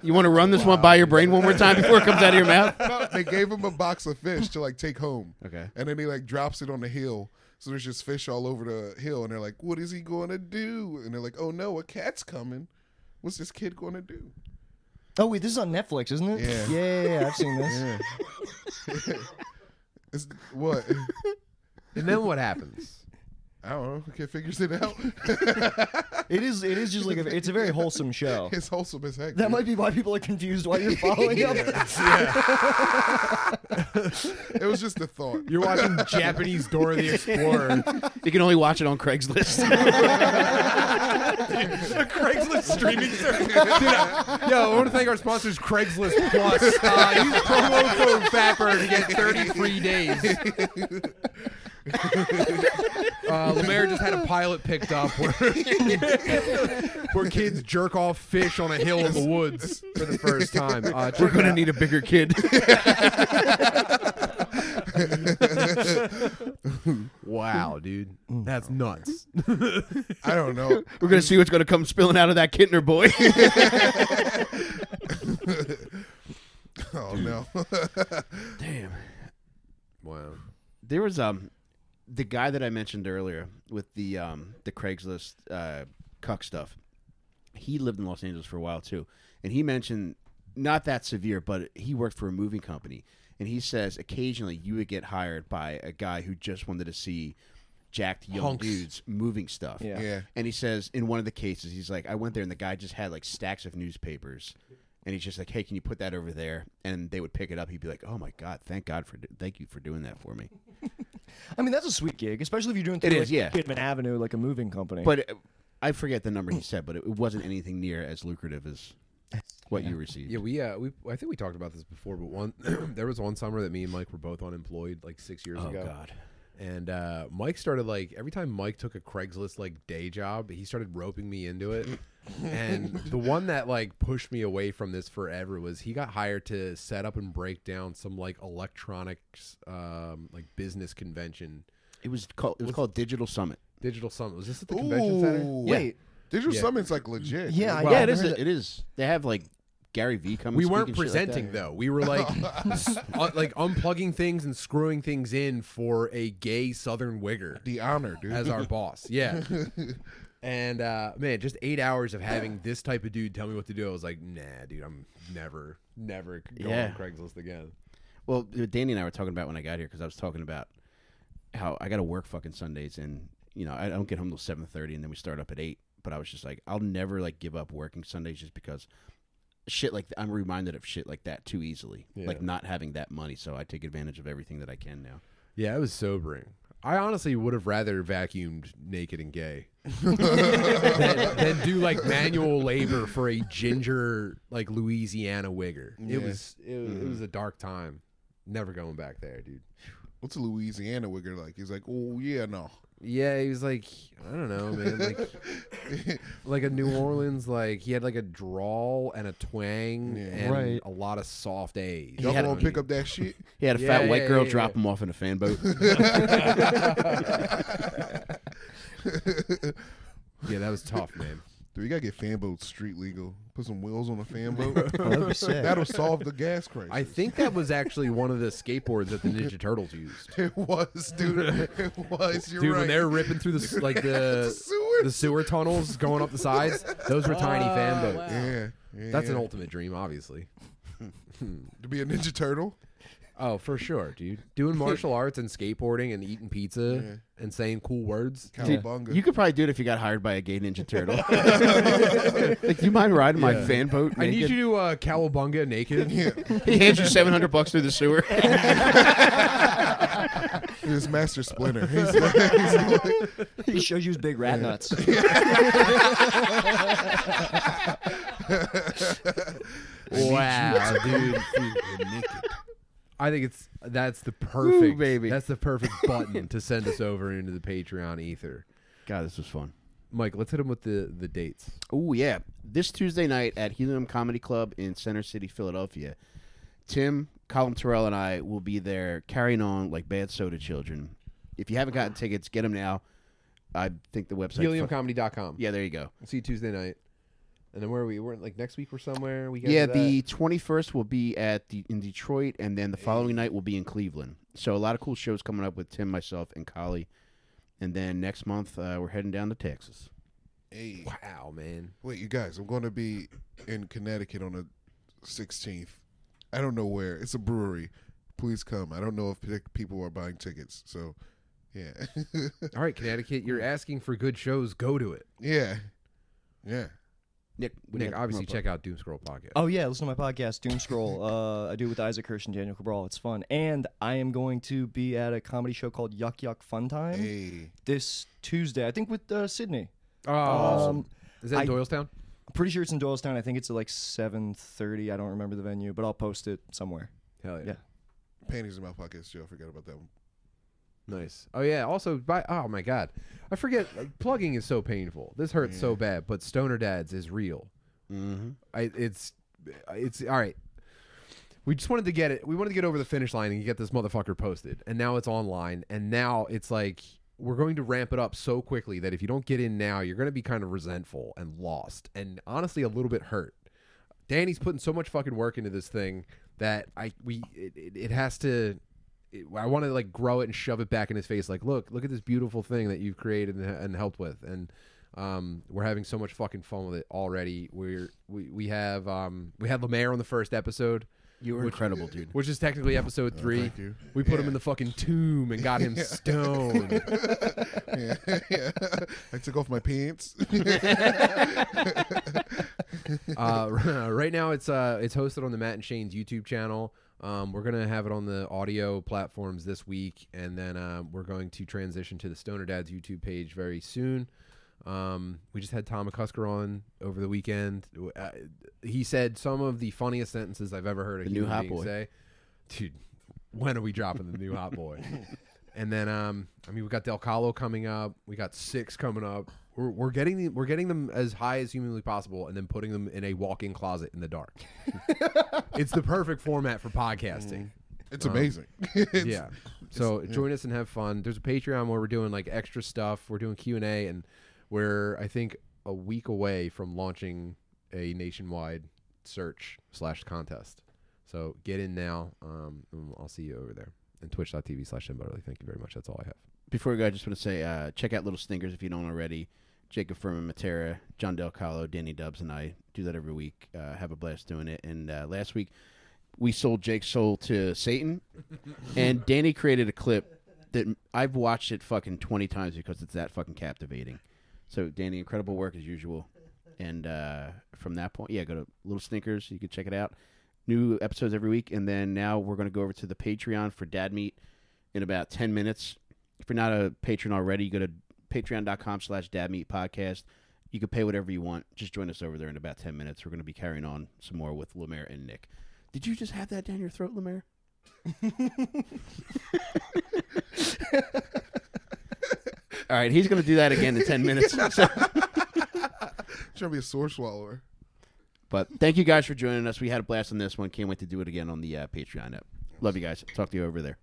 Speaker 3: you want to run this one by your brain one more time before it comes out of your mouth?
Speaker 4: No, they gave him a box of fish to like take home.
Speaker 3: Okay.
Speaker 4: And then he like drops it on the hill. So there's just fish all over the hill, and they're like, "What is he going to do?" And they're like, "Oh no, a cat's coming. What's this kid going to do?"
Speaker 1: Oh wait, this is on Netflix, isn't it?
Speaker 4: Yeah.
Speaker 1: Yeah. yeah, yeah, I've seen this.
Speaker 4: It's what
Speaker 2: and then what happens?
Speaker 4: I don't know. Kid figures it out.
Speaker 1: It is. It is just like. A, it's a very wholesome show.
Speaker 4: it's wholesome as heck.
Speaker 1: That
Speaker 4: dude.
Speaker 1: might be why people are confused why you're following up.
Speaker 4: it was just a thought.
Speaker 2: You're watching Japanese Dora the Explorer,
Speaker 3: You can only watch it on Craigslist.
Speaker 2: a Craigslist streaming service. Dude, I- yo, I want to thank our sponsors, Craigslist Plus. Uh, use promo code Fapper E to get 30 free days. Uh, Lemaire just had a pilot picked up where, where kids jerk off fish on a hill in the woods for the first time. Uh,
Speaker 3: We're
Speaker 2: check it
Speaker 3: gonna
Speaker 2: out.
Speaker 3: need a bigger kid.
Speaker 2: Wow, dude,
Speaker 3: Mm.
Speaker 2: that's nuts.
Speaker 4: I don't know.
Speaker 3: We're gonna see what's gonna come spilling out of that Kittner boy.
Speaker 4: Oh no.
Speaker 3: Damn.
Speaker 2: Wow.
Speaker 3: There was um the guy that I mentioned earlier with the um the Craigslist uh cuck stuff. He lived in Los Angeles for a while too. And he mentioned not that severe, but he worked for a moving company and he says occasionally you would get hired by a guy who just wanted to see jacked young
Speaker 2: Hunks.
Speaker 3: dudes moving stuff.
Speaker 1: Yeah.
Speaker 4: yeah.
Speaker 3: And he says in one of the cases, he's like, I went there and the guy just had like stacks of newspapers, and he's just like, Hey, can you put that over there? And they would pick it up. He'd be like, Oh my god, thank God for thank you for doing that for me.
Speaker 1: I mean, that's a sweet gig, especially if you're doing
Speaker 3: It
Speaker 1: through,
Speaker 3: is,
Speaker 1: like,
Speaker 3: yeah.
Speaker 1: Goodman Avenue, like a moving company.
Speaker 3: But uh, I forget the number he said, but it, it wasn't anything near as lucrative as what you received.
Speaker 2: Yeah, we uh, we I think we talked about this before, but one there was one summer that me and Mike were both unemployed like six years
Speaker 3: oh
Speaker 2: ago.
Speaker 3: God.
Speaker 2: And uh, Mike started like every time Mike took a Craigslist like day job, he started roping me into it. and the one that like pushed me away from this forever was he got hired to set up and break down some like electronics um, like business convention,
Speaker 3: It was called it was called Digital Summit.
Speaker 2: digital summit. Was this at the convention center?
Speaker 4: Ooh.
Speaker 1: wait,
Speaker 4: Digital
Speaker 2: Yeah.
Speaker 4: Summit's like legit.
Speaker 1: yeah, I-
Speaker 2: Well,
Speaker 1: yeah,
Speaker 3: it is.
Speaker 1: I heard
Speaker 3: It is. They have like Gary V coming.
Speaker 2: we
Speaker 3: speak
Speaker 2: weren't
Speaker 3: and shit like
Speaker 2: presenting
Speaker 3: that.
Speaker 2: though. We were like s- uh, like unplugging things and screwing things in for a gay Southern wigger.
Speaker 4: The honor, dude.
Speaker 2: as our boss. Yeah. And uh, man, just eight hours of having this type of dude tell me what to do. I was like, nah, dude, I'm never, never going
Speaker 3: Yeah.
Speaker 2: on Craigslist again.
Speaker 3: Well, uh, Danny and I were talking about when I got here because I was talking about how I got to work fucking Sundays, and you know I don't get home till seven thirty, and then we start up at eight. But I was just like, I'll never like give up working Sundays just because shit like I'm reminded of shit like that too easily, like not having that money. So I take advantage of everything that I can now.
Speaker 2: Yeah, it was sobering. I honestly would have rather vacuumed naked and gay than, than do like manual labor for a ginger like Louisiana wigger. It was it, it was a dark time. Never going back there, dude.
Speaker 4: What's a Louisiana wigger like? He's like, oh yeah, no.
Speaker 2: Yeah, he was like, I don't know, man, like like a New Orleans, like he had like a drawl and a twang
Speaker 4: Yeah.
Speaker 2: and
Speaker 1: Right.
Speaker 2: a lot of soft A's.
Speaker 4: Y'all
Speaker 3: had-
Speaker 4: gonna pick up that shit?
Speaker 3: He had a
Speaker 2: Yeah,
Speaker 3: fat white
Speaker 2: yeah,
Speaker 3: girl
Speaker 2: yeah,
Speaker 3: drop
Speaker 2: yeah.
Speaker 3: him off in a fan boat.
Speaker 2: Yeah, that was tough, man.
Speaker 4: Dude, we gotta get fan boats street legal. Put some wheels on a fan boat.
Speaker 1: that'd be sick.
Speaker 4: That'll solve the gas crisis.
Speaker 2: I think that was actually one of the skateboards that the Ninja Turtles used.
Speaker 4: it was, dude. It was. You're
Speaker 2: Dude,
Speaker 4: right.
Speaker 2: when they were ripping through the s- like
Speaker 4: The
Speaker 2: the
Speaker 4: sewers.
Speaker 2: the sewer Ah, tunnels going up the sides, those were tiny fan boats.
Speaker 4: yeah, yeah,
Speaker 2: That's an
Speaker 4: yeah.
Speaker 2: ultimate dream, obviously.
Speaker 4: to be a ninja turtle.
Speaker 2: Oh, for sure, dude. Doing martial arts and skateboarding and eating pizza and saying cool words.
Speaker 4: Cowabunga.
Speaker 3: You could probably do it if you got hired by a gay Ninja Turtle. like, do you mind riding my fan boat?
Speaker 2: I need you
Speaker 3: naked?"
Speaker 2: to uh, cowabunga naked.
Speaker 3: He hands you seven hundred bucks through the sewer.
Speaker 4: It's Master Splinter. He's like, he's like-
Speaker 1: He shows you his big rat nuts.
Speaker 2: wow, dude. I think it's that's the perfect
Speaker 3: baby.
Speaker 2: That's the perfect button to send us over into the Patreon ether.
Speaker 3: God, this was fun.
Speaker 2: Mike, let's hit him with the the dates.
Speaker 3: Oh yeah, this Tuesday night at Helium Comedy Club in Center City, Philadelphia. Tim, Colin Terrell, and I will be there carrying on like bad soda children. If you haven't gotten tickets, get them now. I think the website.
Speaker 2: Heliumcomedy.com.
Speaker 3: yeah, there you go.
Speaker 2: See you Tuesday night. And then where are we? We're like next week or somewhere. We
Speaker 3: Yeah, the twenty first will be at the in Detroit, and then the following night will be in Cleveland. So a lot of cool shows coming up with Tim, myself, and Collie. And then next month uh, we're heading down to Texas.
Speaker 4: hey,
Speaker 2: wow, man.
Speaker 4: wait, you guys, I'm going to be in Connecticut on the 16th. I don't know where. It's a brewery. Please come. I don't know if pe- people are buying tickets. So, yeah,
Speaker 2: All right, Connecticut, you're asking for good shows. Go to it.
Speaker 4: yeah, yeah.
Speaker 3: Nick, we
Speaker 2: Nick,
Speaker 3: got-
Speaker 2: obviously check out Doom Scroll Pocket.
Speaker 1: Oh yeah, listen to my podcast, Doom Scroll. Uh, I do it with Isaac Hirsch and Daniel Cabral. It's fun, and I am going to be at a comedy show called Yuck Yuck Fun Time
Speaker 4: Hey,
Speaker 1: this Tuesday. I think with uh, Sydney.
Speaker 2: Oh,
Speaker 1: Um,
Speaker 2: Is that in
Speaker 1: I-
Speaker 2: Doylestown?
Speaker 1: I'm pretty sure it's in Doylestown. I think it's at like 7:30. I don't remember the venue, but I'll post it somewhere.
Speaker 2: Hell
Speaker 1: Yeah.
Speaker 4: panties in my pockets, Joe. I forgot about that one.
Speaker 2: Nice. Oh yeah. Also, by oh my god, I forget. like, plugging is so painful. This hurts so bad. But Stoner Dads is real.
Speaker 3: Mhm.
Speaker 2: I, it's it's all right. We just wanted to get it. We wanted to get over the finish line and get this motherfucker posted. And now it's online. And now it's like we're going to ramp it up so quickly that if you don't get in now, you're going to be kind of resentful and lost, and honestly a little bit hurt. Danny's putting so much fucking work into this thing that I we it, it, it has to. It, I want to like grow it and shove it back in his face. Like, look, look at this beautiful thing that you've created and, and helped with, and um, we're having so much fucking fun with it already. We're we we have um we had Lemaire on the first episode.
Speaker 3: You were incredible, dude.
Speaker 2: Which is technically episode three.
Speaker 4: Oh, thank you.
Speaker 2: We put him in the fucking tomb and got him stoned.
Speaker 4: Yeah, yeah. I took off my pants.
Speaker 2: uh, right now, it's uh, it's hosted on the Matt and Shane's YouTube channel. Um, we're gonna have it on the audio platforms this week, and then uh, we're going to transition to the Stoner Dad's YouTube page very soon. Um, we just had Tom McCusker on over the weekend. Uh, he said some of the funniest sentences I've ever heard a
Speaker 3: The new
Speaker 2: human
Speaker 3: hot
Speaker 2: being
Speaker 3: boy.
Speaker 2: say. Dude, when are we dropping the new hot boy? And then, um, I mean, we got Del Calo coming up. We got six coming up. We're, we're getting the, we're getting them as high as humanly possible, and then putting them in a walk-in closet in the dark. it's the perfect format for podcasting.
Speaker 4: It's amazing. It's-
Speaker 2: yeah. So join us and have fun. There's a Patreon where we're doing like extra stuff. We're doing Q and A, and we're I think a week away from launching a nationwide search slash contest. So get in now. Um, and I'll see you over there. And twitch.tv slash Tim Butterly. Thank you very much. That's all I have.
Speaker 3: before we go, I just want to say uh, check out Little Stinkers if you don't already. Jacob Furman, Matera, John Del Calo, Danny Dubs, and I do that every week. Uh, have a blast doing it. And uh, last week, we sold Jake's soul to Satan, and Danny created a clip that I've watched it fucking 20 times because it's that fucking captivating. So, Danny, incredible work as usual. And uh, from that point, yeah, go to Little Stinkers. You can check it out. New episodes every week. And then now we're going to go over to the Patreon for Dad Meat in about 10 minutes. If you're not a patron already, go to patreon.com slash dadmeatpodcast. You can pay whatever you want. Just join us over there in about 10 minutes. We're going to be carrying on some more with Lemaire and Nick. Did you just have that down your throat, Lemaire? All right, he's going to do that again in 10 minutes. So-
Speaker 4: Trying to be a sore swallower.
Speaker 3: but thank you guys for joining us. We had a blast on this one. Can't wait to do it again on the uh, Patreon app. Love you guys. Talk to you over there.